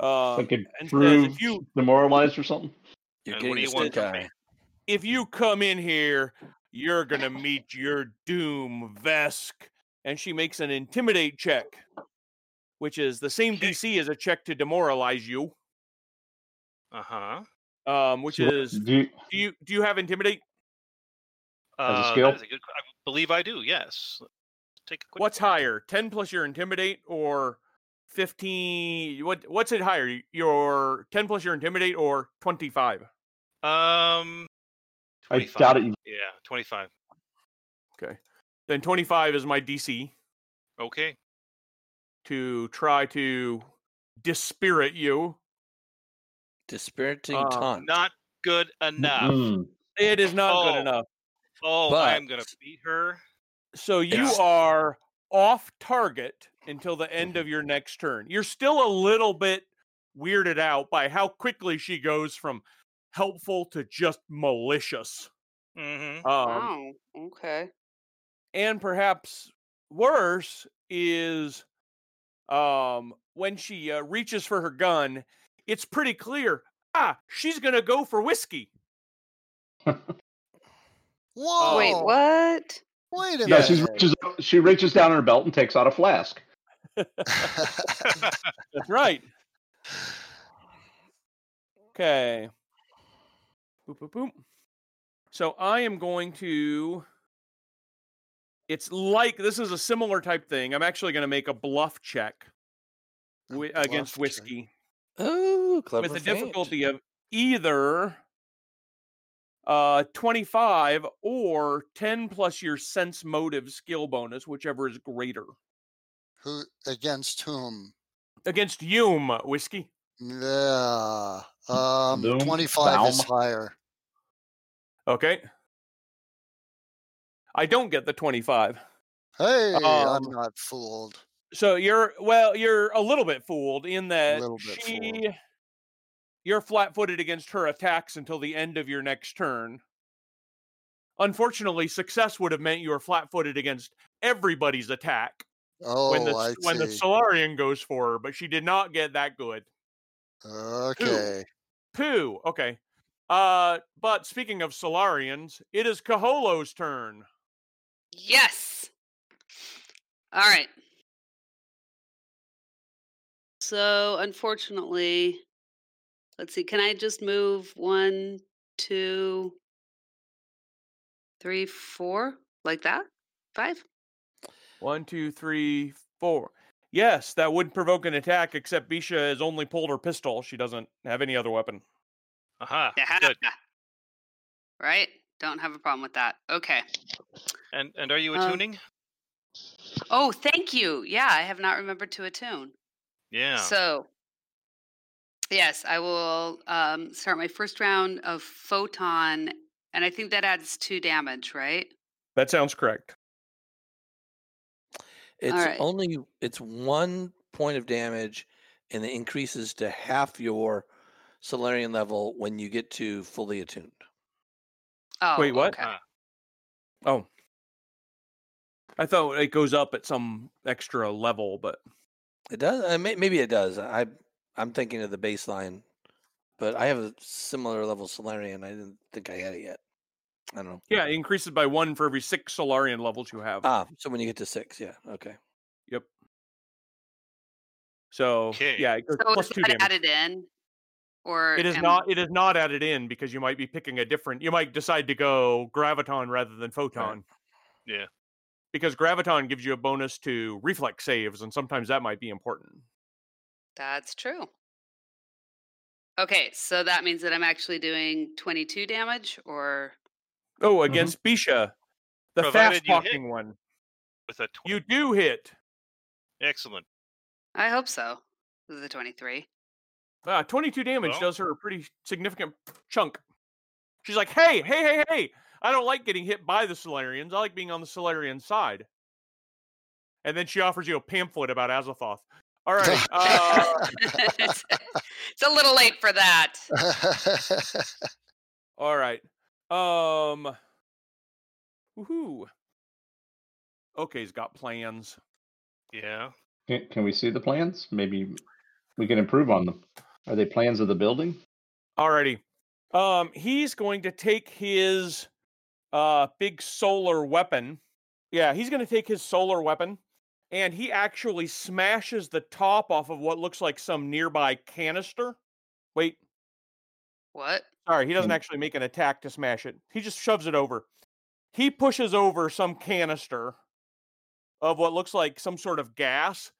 Speaker 1: uh,
Speaker 2: Like
Speaker 1: and says,
Speaker 2: improve,
Speaker 1: if you
Speaker 2: demoralized or something.
Speaker 6: You're
Speaker 3: And
Speaker 6: getting
Speaker 3: what do
Speaker 6: a
Speaker 3: you want
Speaker 6: stitch
Speaker 3: from me?
Speaker 6: eye.
Speaker 1: if you come in here, you're gonna meet your doom, Vesk. And she makes an intimidate check, which is the same
Speaker 3: Okay.
Speaker 1: DC as a check to demoralize you.
Speaker 3: Uh huh.
Speaker 1: Um, which
Speaker 2: So,
Speaker 1: is
Speaker 2: do you-
Speaker 1: do you do you have intimidate?
Speaker 2: As a
Speaker 3: Uh,
Speaker 2: skill?
Speaker 3: that is a good. que- I believe I do. Yes. Take a quick.
Speaker 1: What's higher, ten plus your intimidate or fifteen? What what's it higher? y- Your ten plus your intimidate or twenty five?
Speaker 3: Um.
Speaker 2: I doubt it. You,
Speaker 3: Yeah, twenty-five.
Speaker 1: Okay, then twenty five is my DC.
Speaker 3: Okay.
Speaker 1: to try to dispirit you.
Speaker 6: Dispiriting
Speaker 1: Uh,
Speaker 6: taunt.
Speaker 3: Um, Not good enough.
Speaker 2: Mm-mm.
Speaker 1: It is not good
Speaker 3: Oh.
Speaker 1: enough.
Speaker 3: Oh,
Speaker 6: But-
Speaker 3: I'm gonna beat her.
Speaker 1: So you
Speaker 3: Yeah.
Speaker 1: are off target until the end of your next turn. You're still a little bit weirded out by how quickly she goes from helpful to just malicious.
Speaker 3: hmm
Speaker 1: Um,
Speaker 4: wow. Oh, Okay.
Speaker 1: and perhaps worse is um when she uh, reaches for her gun it's pretty clear ah she's gonna go for
Speaker 5: (laughs)
Speaker 1: whiskey
Speaker 5: Whoa!
Speaker 4: Wait, what?
Speaker 5: Wait
Speaker 2: No,
Speaker 5: a minute.
Speaker 2: she's reaches, she reaches down in her belt and takes out a flask.
Speaker 1: that's right okay boop, boop, boop. so i am going to it's like this is a similar type thing i'm actually going to make a bluff check
Speaker 5: A
Speaker 1: wi-
Speaker 5: bluff
Speaker 1: against
Speaker 5: check.
Speaker 1: whiskey
Speaker 6: Oh, clever.
Speaker 1: with a
Speaker 6: feint.
Speaker 1: difficulty of either uh 25 or 10 plus your sense motive skill bonus whichever is greater
Speaker 5: (laughs) Who against whom?
Speaker 1: against Yume whiskey
Speaker 5: Yeah. Um,
Speaker 2: Doom,
Speaker 5: 25 is
Speaker 2: Baum.
Speaker 5: higher.
Speaker 1: okay i don't get the 25
Speaker 5: Hey, I'm
Speaker 1: Um,
Speaker 5: not fooled.
Speaker 1: so you're well you're a little bit fooled in that
Speaker 5: little bit
Speaker 1: she
Speaker 5: fooled.
Speaker 1: you're flat-footed against her attacks until the end of your next turn unfortunately success would have meant you were flat-footed against everybody's attack
Speaker 5: Oh,
Speaker 1: when the
Speaker 5: I
Speaker 1: s- when the
Speaker 5: see.
Speaker 1: Solarian goes for her, but she did not get that good.
Speaker 5: okay.
Speaker 1: Pooh. Okay. Uh, but speaking of Solarians, it is Kaholo's turn.
Speaker 4: Yes. All right. So, unfortunately, let's see. Can I just move one, two, three, four, like that? Five?
Speaker 1: One, two, three, four. Yes, that would provoke an attack, except Bisha has only pulled her pistol. She doesn't have any other weapon.
Speaker 3: Aha. Good.
Speaker 4: Right? Don't have a problem with that. Okay.
Speaker 3: And and are you
Speaker 4: Um,
Speaker 3: attuning?
Speaker 4: Oh, thank you. Yeah, I have not remembered to attune.
Speaker 3: yeah.
Speaker 4: So, yes, I will um, start my first round of photon, and I think that adds two damage, right?
Speaker 1: That sounds correct.
Speaker 6: It's
Speaker 4: right.
Speaker 6: only it's one point of damage, and it increases to half your Solarian level when you get to fully attuned.
Speaker 4: Oh,
Speaker 1: Wait, what? Uh,
Speaker 4: okay.
Speaker 3: Ah.
Speaker 1: Oh, I thought it goes up at some extra level, but
Speaker 6: It does. Uh, may, maybe it does. I I'm thinking of the baseline, but I have a similar level Solarian. I didn't think I had it yet. I don't know.
Speaker 1: yeah, it increases by one for every six Solarian levels you have.
Speaker 6: Ah, so when you get to six, yeah, okay.
Speaker 1: so
Speaker 3: okay.
Speaker 1: yeah, it goes
Speaker 4: So
Speaker 1: plus
Speaker 4: is
Speaker 1: two
Speaker 4: that
Speaker 1: damage.
Speaker 4: added in, or
Speaker 1: It is
Speaker 4: am-
Speaker 1: not. It is not added in because you might be picking a different. You might decide to go graviton rather than photon.
Speaker 3: Yeah.
Speaker 1: Because graviton gives you a bonus to reflex saves, and sometimes that might be important.
Speaker 4: That's true. Okay, so that means that I'm actually doing 22 damage, or
Speaker 1: Oh, against Bisha, the
Speaker 3: Provided
Speaker 1: fast
Speaker 3: you hit.
Speaker 1: talking one.
Speaker 3: With a tw-
Speaker 1: You do hit.
Speaker 3: excellent.
Speaker 4: I hope so. This is a 23.
Speaker 1: Uh, Twenty-two damage
Speaker 3: Well.
Speaker 1: does her a pretty significant chunk. She's like, "Hey, hey, hey, hey! I don't like getting hit by the Solarians. I like being on the Solarian side." And then she offers you a pamphlet about Azathoth. All right.
Speaker 5: (laughs)
Speaker 1: Uh,
Speaker 4: (laughs) it's, it's a little late for that.
Speaker 1: All right. Um. Woohoo. Okay's got plans.
Speaker 3: Yeah.
Speaker 2: Can, can we see the plans? Maybe we can improve on them. Are they plans of the building?
Speaker 1: Alrighty. Um, he's going to take his uh big solar weapon. Yeah, he's gonna take his solar weapon and he actually smashes the top off of what looks like some nearby canister. Wait,
Speaker 4: What?
Speaker 1: Sorry, he doesn't
Speaker 2: Mm.
Speaker 1: actually make an attack to smash it. He just shoves it over. He pushes over some canister of what looks like some sort of gas.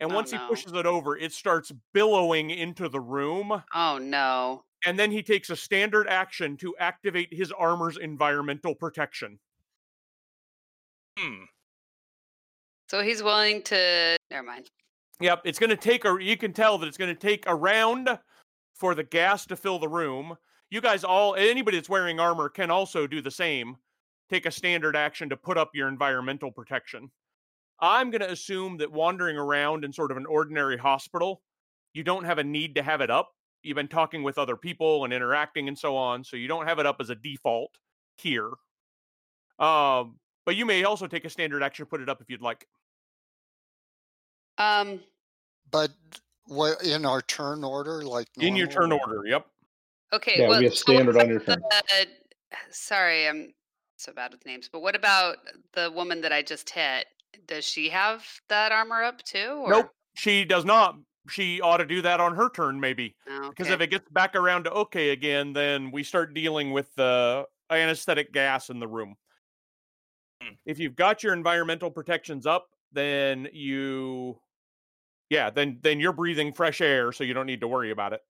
Speaker 1: And
Speaker 4: Oh,
Speaker 1: once he
Speaker 4: no.
Speaker 1: pushes it over, it starts billowing into the room.
Speaker 4: Oh no.
Speaker 1: And then he takes a standard action to activate his armor's environmental protection.
Speaker 3: Hmm.
Speaker 4: So he's willing to. Never mind.
Speaker 1: Yep, it's going to take a. You can tell that it's going to take a round for the gas to fill the room. You guys all, anybody that's wearing armor can also do the same. take a standard action to put up your environmental protection. I'm going to assume that wandering around in sort of an ordinary hospital, you don't have a need to have it up. You've been talking with other people and interacting and so on, so you don't have it up as a default here. Um, but you may also take a standard action to put it up if you'd like.
Speaker 4: Um,
Speaker 5: But what in our turn order, like
Speaker 1: In your turn
Speaker 5: normal?
Speaker 1: order, yep.
Speaker 4: okay.
Speaker 2: yeah,
Speaker 4: well,
Speaker 2: we have
Speaker 4: so what
Speaker 2: standard on your
Speaker 4: about
Speaker 2: turn.
Speaker 4: the- sorry, I'm so bad with names. But what about the woman that I just hit? Does she have that armor up too? Or?
Speaker 1: Nope. She does not. She ought to do that on her turn, maybe.
Speaker 4: Oh,
Speaker 1: Because
Speaker 4: okay.
Speaker 1: if it gets back around to okay again, then we start dealing with the anesthetic gas in the room.
Speaker 3: Hmm.
Speaker 1: If you've got your environmental protections up, then you, yeah, then then you're breathing fresh air, so you don't need to worry about it.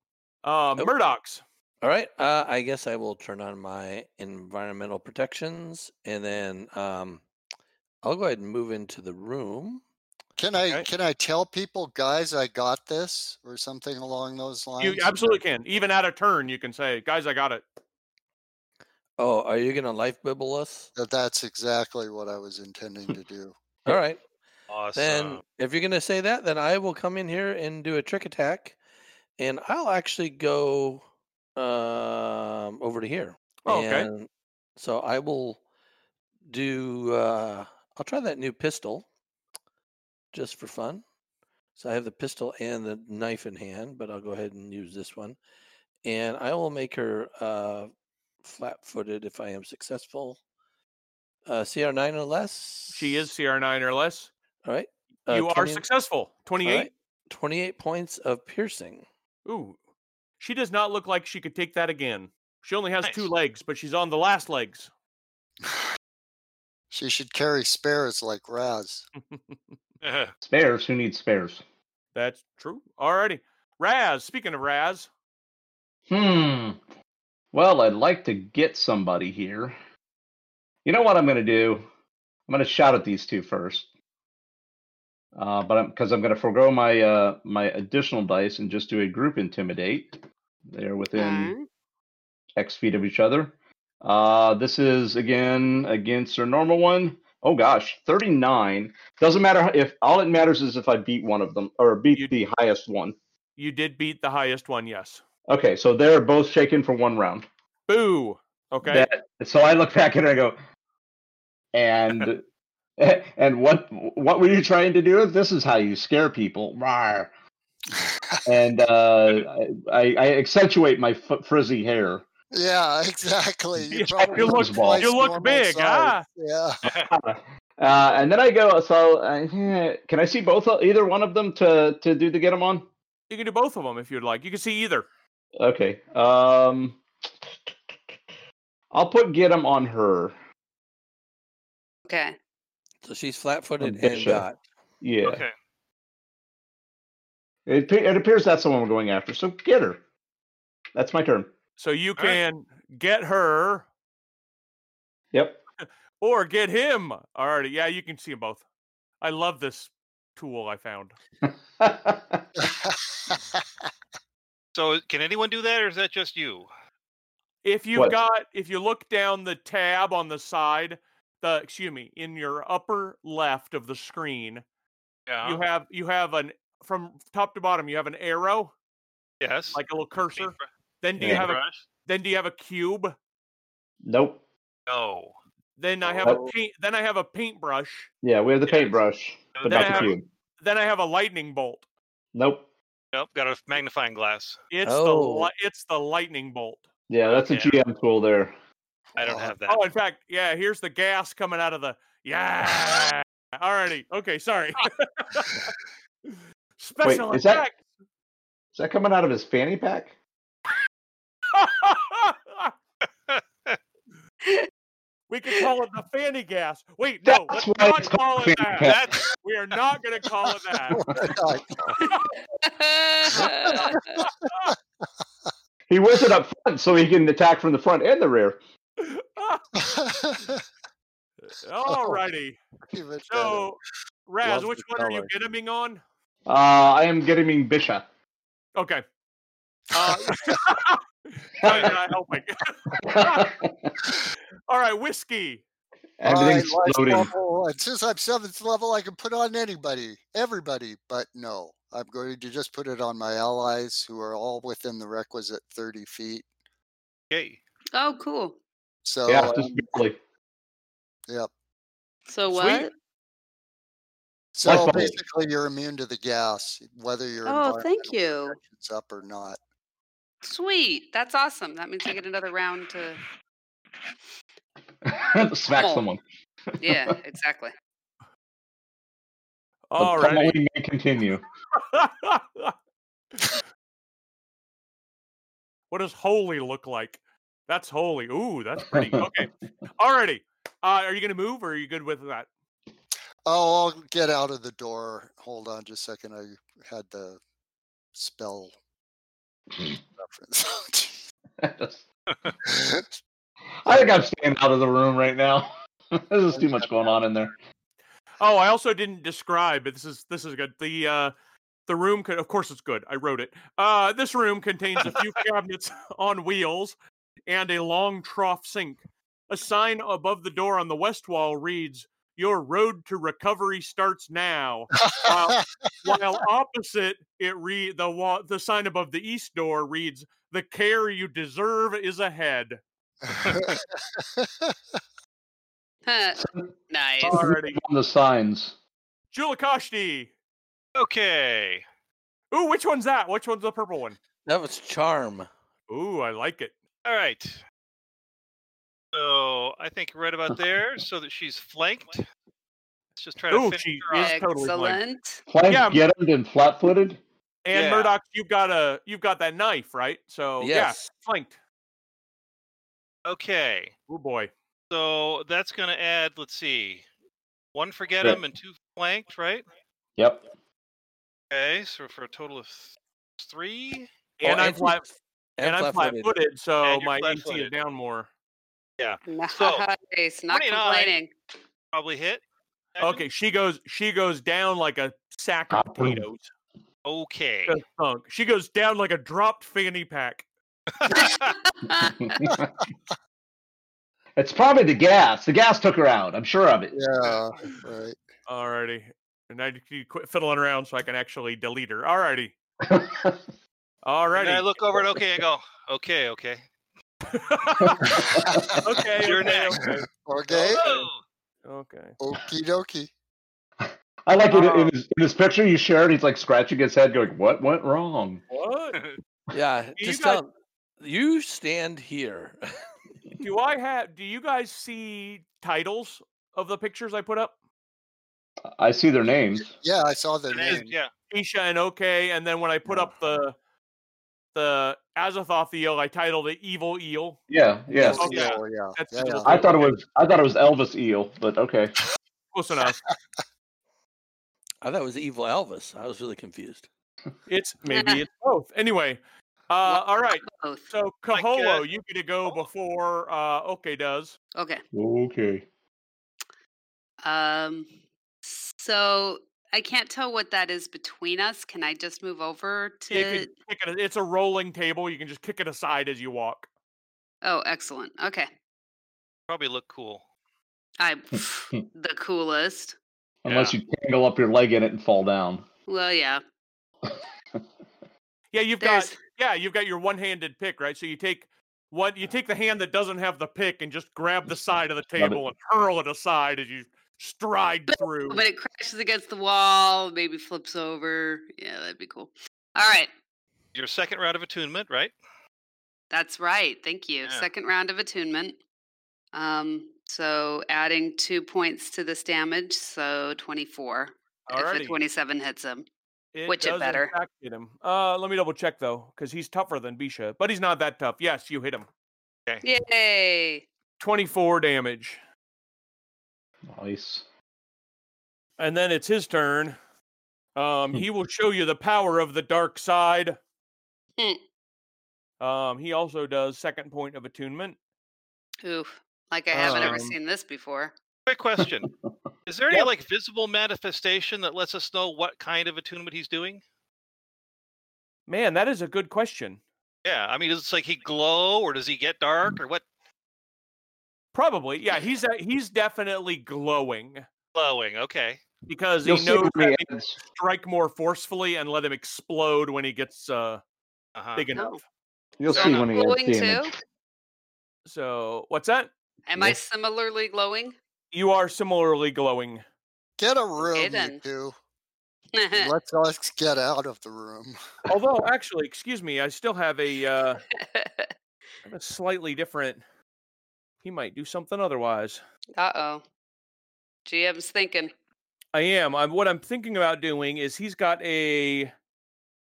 Speaker 1: Um,
Speaker 6: Nope.
Speaker 1: Murdoch's.
Speaker 6: All right. Uh, I guess I will turn on my environmental protections and then um, I'll go ahead and move into the room.
Speaker 5: Can I
Speaker 1: Okay.
Speaker 5: can I tell people, guys, I got this or something along those lines?
Speaker 1: You absolutely can. Even at a turn, you can say, "Guys, I got it."
Speaker 6: Oh, are you going to life bibble us?
Speaker 5: That- That's exactly what I was intending to do.
Speaker 6: All right.
Speaker 3: Awesome. (laughs)
Speaker 6: Then if you're going to say that, then I will come in here and do a trick attack and I'll actually go um, over to here.
Speaker 1: Oh, okay.
Speaker 6: And so I will do, uh, I'll try that new pistol just for fun. So I have the pistol and the knife in hand, but I'll go ahead and use this one. And I will make her uh, flat footed if I am successful. Uh, CR9 or less.
Speaker 1: She is CR nine or less.
Speaker 6: All right. uh,
Speaker 1: You are
Speaker 6: 20
Speaker 1: successful.
Speaker 6: all
Speaker 1: Twenty
Speaker 6: right,
Speaker 1: eight.
Speaker 6: 28 points of piercing.
Speaker 1: Ooh, she does not look like she could take that again. She only has two
Speaker 3: Nice.
Speaker 1: legs, but she's on the last legs. (laughs)
Speaker 5: She should carry spares like Raz. (laughs)
Speaker 2: Spares. Who needs spares?
Speaker 1: That's true. Alrighty. Raz, speaking of Raz,
Speaker 2: Hmm. Well, I'd like to get somebody here. You know what I'm going to do? I'm going to shout at these two first. Uh, but I'm because I'm going to forego my uh, my additional dice and just do a group intimidate. They're within
Speaker 4: Alright.
Speaker 2: X feet of each other. Uh, this is again against their normal one. Oh gosh, 39. Doesn't matter how- if all it matters is if I beat one of them or beat
Speaker 1: You-
Speaker 2: the highest one.
Speaker 1: you did beat the highest one, yes.
Speaker 2: Okay, so they're both shaken for one round.
Speaker 1: Boo. Okay.
Speaker 2: That, so I look back and I go, and (laughs) and what what were you trying to do? This is how you scare people. Rawr. And uh, I, I accentuate my f- frizzy hair.
Speaker 5: Yeah, exactly.
Speaker 1: You
Speaker 5: probably
Speaker 2: look-
Speaker 5: look twice
Speaker 1: you look
Speaker 5: normal
Speaker 1: big, ah.
Speaker 5: size.
Speaker 1: (laughs)
Speaker 5: Yeah.
Speaker 2: Uh, and then I go. So uh, (laughs) can I see both uh, either one of them to to do the get them on?
Speaker 1: you can do both of them if you'd like. You can see either.
Speaker 2: Okay. Um, I'll put get them on her.
Speaker 4: Okay.
Speaker 6: So she's flat footed and uh,
Speaker 2: bishop.
Speaker 6: got.
Speaker 2: Yeah.
Speaker 3: Okay.
Speaker 2: It, pe- it appears that's the one we're going after. So get her. That's my turn.
Speaker 1: So you
Speaker 3: All right.
Speaker 1: can get her
Speaker 2: Yep. (laughs)
Speaker 1: or get him. Alrighty. Yeah, you can see them both. I love this tool I found.
Speaker 3: So can anyone do that, or is that just you?
Speaker 1: If you've
Speaker 2: What?
Speaker 1: got, if you look down the tab on the side, the excuse me, in your upper left of the screen,
Speaker 3: Yeah.
Speaker 2: Uh-huh.
Speaker 1: you have you have an from top to bottom, you have an arrow,
Speaker 3: yes.
Speaker 1: like a little cursor.
Speaker 3: Paintbru-
Speaker 1: Then do you
Speaker 2: Yeah.
Speaker 1: have a
Speaker 3: paintbrush?
Speaker 1: then do you have a cube?
Speaker 2: nope.
Speaker 3: No.
Speaker 1: Then I have a
Speaker 2: Oh.
Speaker 1: paint then I have a paintbrush.
Speaker 2: Yeah, we have the
Speaker 3: Yes.
Speaker 2: paintbrush, but
Speaker 1: Then
Speaker 2: not
Speaker 1: I
Speaker 2: the
Speaker 1: have-
Speaker 2: cube.
Speaker 1: Then I have a lightning bolt.
Speaker 2: Nope.
Speaker 3: Nope. Got a magnifying glass.
Speaker 1: It's the
Speaker 6: Oh.
Speaker 1: li- it's the lightning bolt.
Speaker 2: Yeah, that's a
Speaker 3: Okay.
Speaker 2: GM tool there.
Speaker 3: I don't
Speaker 5: Oh,
Speaker 3: have that.
Speaker 1: Oh, in fact, yeah, here's the gas coming out of
Speaker 2: (laughs)
Speaker 1: the Yeah. Alrighty. Okay, sorry. (laughs) Special
Speaker 2: is that-
Speaker 1: effect.
Speaker 2: Is that coming out of his fanny pack?
Speaker 1: (laughs) we could call it the fanny gas. Wait, no,
Speaker 2: That's
Speaker 1: let's
Speaker 2: why
Speaker 1: not
Speaker 2: it's called
Speaker 1: call
Speaker 2: fanny
Speaker 1: it that.
Speaker 2: pack.
Speaker 3: That's
Speaker 1: We are not going to call it
Speaker 5: (laughs)
Speaker 1: that.
Speaker 5: Right.
Speaker 2: He wears it up front so he can attack from the front and the rear.
Speaker 1: Alrighty.
Speaker 5: (laughs) Even
Speaker 1: So, Raz,
Speaker 6: Love
Speaker 1: which
Speaker 6: the
Speaker 1: one are you
Speaker 6: color.
Speaker 1: getting on?
Speaker 2: Uh, I am getting him
Speaker 1: (laughs)
Speaker 2: Bisha.
Speaker 1: Okay. Uh, no, you're not helping. All right, whiskey.
Speaker 2: Everything's
Speaker 5: (laughs) All right, life
Speaker 2: floating.
Speaker 5: level, and since I'm seventh level, I can put on anybody, everybody, but no. I'm going to just put it on my allies who are all within the requisite 30 feet.
Speaker 3: Okay.
Speaker 4: (laughs) Oh, cool.
Speaker 5: So,
Speaker 2: Yeah,
Speaker 5: um,
Speaker 2: just barely.
Speaker 5: yep.
Speaker 4: So
Speaker 1: Sweet.
Speaker 4: what?
Speaker 2: Life
Speaker 5: So
Speaker 2: bubble.
Speaker 5: basically, you're immune to the gas, whether your
Speaker 4: Oh, thank
Speaker 5: environmental
Speaker 4: you.
Speaker 5: protection's up or not.
Speaker 4: Sweet. That's awesome. That means I get another round to.
Speaker 2: (laughs) Smack
Speaker 4: Oh.
Speaker 2: someone.
Speaker 1: (laughs)
Speaker 4: Yeah, exactly.
Speaker 2: All
Speaker 1: All
Speaker 2: right.
Speaker 1: right.
Speaker 2: We may continue. (laughs)
Speaker 1: (laughs) what does holy look like? That's holy. Ooh, that's pretty. Okay. Alrighty. Uh, are you going to move or are you good with that?
Speaker 5: Oh, I'll get out of the door. Hold on just a second. I had the spell
Speaker 4: Mm.
Speaker 5: reference. (laughs)
Speaker 2: I think I'm staying out of the room right now. (laughs) There's too much going on in there.
Speaker 1: Oh, I also didn't describe, but this is this is good. The uh the room could of course it's good. I wrote it. Uh this room contains a few cabinets (laughs) on wheels and a long trough sink. A sign above the door on the west wall reads, Your road to recovery starts now. Wow. While opposite it read the wall the sign above the east door reads, The care you deserve is ahead.
Speaker 4: Huh, nice.
Speaker 1: Alrighty.
Speaker 2: On the signs.
Speaker 1: Julakashti.
Speaker 3: Okay.
Speaker 1: Ooh, which one's that? Which one's the purple one?
Speaker 6: That was charm.
Speaker 1: Ooh, I like it.
Speaker 3: All right. So I think right about there, so that she's flanked. Let's just try to
Speaker 1: Ooh,
Speaker 3: finish
Speaker 1: she
Speaker 3: her off.
Speaker 1: is totally blank.
Speaker 4: Excellent.
Speaker 2: Flank,
Speaker 1: Yeah.
Speaker 2: get him, and flat footed.
Speaker 1: And
Speaker 3: Yeah.
Speaker 1: Murdoch, you've got a you've got that knife, right? So Oh, yeah,
Speaker 6: yes.
Speaker 1: flanked.
Speaker 3: Okay.
Speaker 1: Oh boy.
Speaker 3: So that's going to add, let's see, one forget
Speaker 2: Right.
Speaker 3: him and two flanked, right?
Speaker 2: Yep.
Speaker 3: Okay. So for a total of th- three.
Speaker 6: Oh,
Speaker 1: And I'm
Speaker 6: she's-
Speaker 1: flat and, I'm flat
Speaker 6: flat-footed.
Speaker 1: footed, so
Speaker 3: And you're
Speaker 1: my AC is
Speaker 3: flat-footed.
Speaker 1: down more.
Speaker 4: Nice. Not
Speaker 3: 29.
Speaker 4: complaining.
Speaker 3: Probably hit. Action?
Speaker 1: Okay, she goes she goes down like a sack of
Speaker 2: Ah, boom.
Speaker 1: potatoes.
Speaker 3: Okay. (laughs)
Speaker 1: Just thunk. She goes down like a dropped fanny pack.
Speaker 2: (laughs) It's probably the gas. The gas took her out. I'm sure of it.
Speaker 5: yeah, right.
Speaker 1: Alrighty. And I you quit fiddling around so I can actually delete her. Alrighty.
Speaker 3: And then I
Speaker 1: Alrighty.
Speaker 3: look over and okay, I go, okay, okay.
Speaker 1: (laughs) okay,
Speaker 3: You're
Speaker 1: okay,
Speaker 3: next.
Speaker 1: okay.
Speaker 5: Okay.
Speaker 3: Oh,
Speaker 1: Okay.
Speaker 5: Okie dokie.
Speaker 2: I like it
Speaker 1: Oh.
Speaker 2: in, his, in his picture you shared. He's like scratching his head, going, "What went wrong?"
Speaker 1: What?
Speaker 6: Yeah,
Speaker 1: (laughs) you
Speaker 6: just
Speaker 1: guys-
Speaker 6: tell 'em, you stand here. (laughs)
Speaker 1: Do I have do you guys see titles of the pictures I put up?
Speaker 2: I see their names.
Speaker 5: Yeah, I saw the
Speaker 3: and then-
Speaker 5: name.
Speaker 3: yeah.
Speaker 1: Isha and OK, and then when I put
Speaker 2: Yeah.
Speaker 1: up the the Azathoth eel, I titled it "Evil Eel."
Speaker 2: Yeah, yeah.
Speaker 5: Oh,
Speaker 1: yeah.
Speaker 5: yeah.
Speaker 1: That's
Speaker 5: yeah,
Speaker 1: the
Speaker 5: yeah.
Speaker 1: little-
Speaker 2: I thought it was I thought it was Elvis Eel, but okay.
Speaker 1: Close enough.
Speaker 6: I thought it was evil Elvis. I was really confused.
Speaker 1: It's maybe it's both. Anyway, uh, all right.
Speaker 4: Both.
Speaker 1: So
Speaker 3: Like, uh,
Speaker 1: Kaholo, you get to go before uh, OK does.
Speaker 4: Okay.
Speaker 2: Okay.
Speaker 4: Um. So I can't tell what that is between us. Can I just move over to?
Speaker 1: You can kick it, it's a rolling table. You can just kick it aside as you walk.
Speaker 4: Oh, excellent. Okay.
Speaker 3: Probably look cool.
Speaker 1: (laughs)
Speaker 4: I
Speaker 1: Hm,
Speaker 4: the coolest.
Speaker 2: Unless you tangle up your leg in it and fall down.
Speaker 4: Well, yeah.
Speaker 1: Yeah, you've
Speaker 4: There's
Speaker 1: got yeah, you've got your one-handed pick, right? So you take what you take the hand that doesn't have the pick and just grab the side of the
Speaker 2: Love it.
Speaker 1: table and hurl it aside as you stride through.
Speaker 4: but it crashes against the wall, maybe flips over. Yeah, that'd be cool. All right.
Speaker 3: Your second round of attunement, right?
Speaker 4: That's right. Thank you.
Speaker 3: Yeah.
Speaker 4: Second round of attunement. Um, so adding two points to this damage, so 24. If a
Speaker 1: Alrighty.
Speaker 4: 27 hits him.
Speaker 1: It
Speaker 4: Which it
Speaker 1: does in
Speaker 4: better.
Speaker 1: fact hit him. Uh, let me double check though, because he's tougher than Bisha, but he's not that tough. Yes, you hit him.
Speaker 4: Yay.
Speaker 1: Twenty-four damage,
Speaker 2: Nice.
Speaker 1: and then it's his turn.
Speaker 4: Hmm.
Speaker 1: Um, he will show you the power of the dark side.
Speaker 4: Hmm.
Speaker 1: um, he also does second point of attunement.
Speaker 4: Oof. Like I haven't ever
Speaker 1: Um,
Speaker 4: seen this before.
Speaker 3: Quick
Speaker 5: (laughs)
Speaker 3: question. Is there any
Speaker 1: Yep.
Speaker 3: like visible manifestation that lets us know what kind of attunement he's doing?
Speaker 1: Man, that is a good question.
Speaker 3: Yeah, I mean, is it like he glow or does he get dark or what?
Speaker 1: Probably, yeah. He's a, he's definitely glowing
Speaker 3: Glowing. Okay.
Speaker 1: because
Speaker 2: You'll
Speaker 1: he
Speaker 2: see
Speaker 1: knows
Speaker 2: when
Speaker 1: that
Speaker 2: he
Speaker 1: he can
Speaker 2: adds-
Speaker 1: strike more forcefully and let him explode when he gets uh,
Speaker 3: Uh-huh.
Speaker 1: big
Speaker 4: No.
Speaker 1: enough.
Speaker 2: You'll
Speaker 4: So
Speaker 2: see
Speaker 4: I'm
Speaker 2: when he adds
Speaker 4: glowing too.
Speaker 2: damage.
Speaker 1: So what's that?
Speaker 4: Am I similarly glowing?
Speaker 1: You are similarly glowing.
Speaker 5: Get a room, you
Speaker 4: then. (laughs)
Speaker 5: two. and Let's let's get out of the room.
Speaker 1: Although, actually, excuse me, I still have a, uh,
Speaker 4: uh
Speaker 1: I have a slightly different. He might do something otherwise.
Speaker 4: oh. GM's thinking.
Speaker 1: I am. I'm. What I'm thinking about doing is he's got a,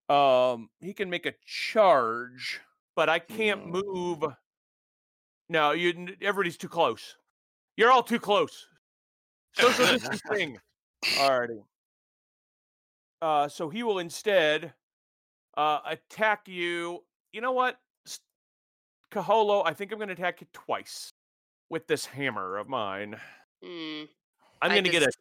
Speaker 1: um, he can make a charge, but I can't
Speaker 2: Mm.
Speaker 1: move. No, you. n- Everybody's too close. You're all too close. Social distancing. Alrighty. Uh, so he will instead, uh, attack you. You know what, S- Kaholo? I think I'm going to attack you twice with this hammer of mine.
Speaker 4: Hmm.
Speaker 1: I'm
Speaker 4: I
Speaker 1: going to get a
Speaker 4: just-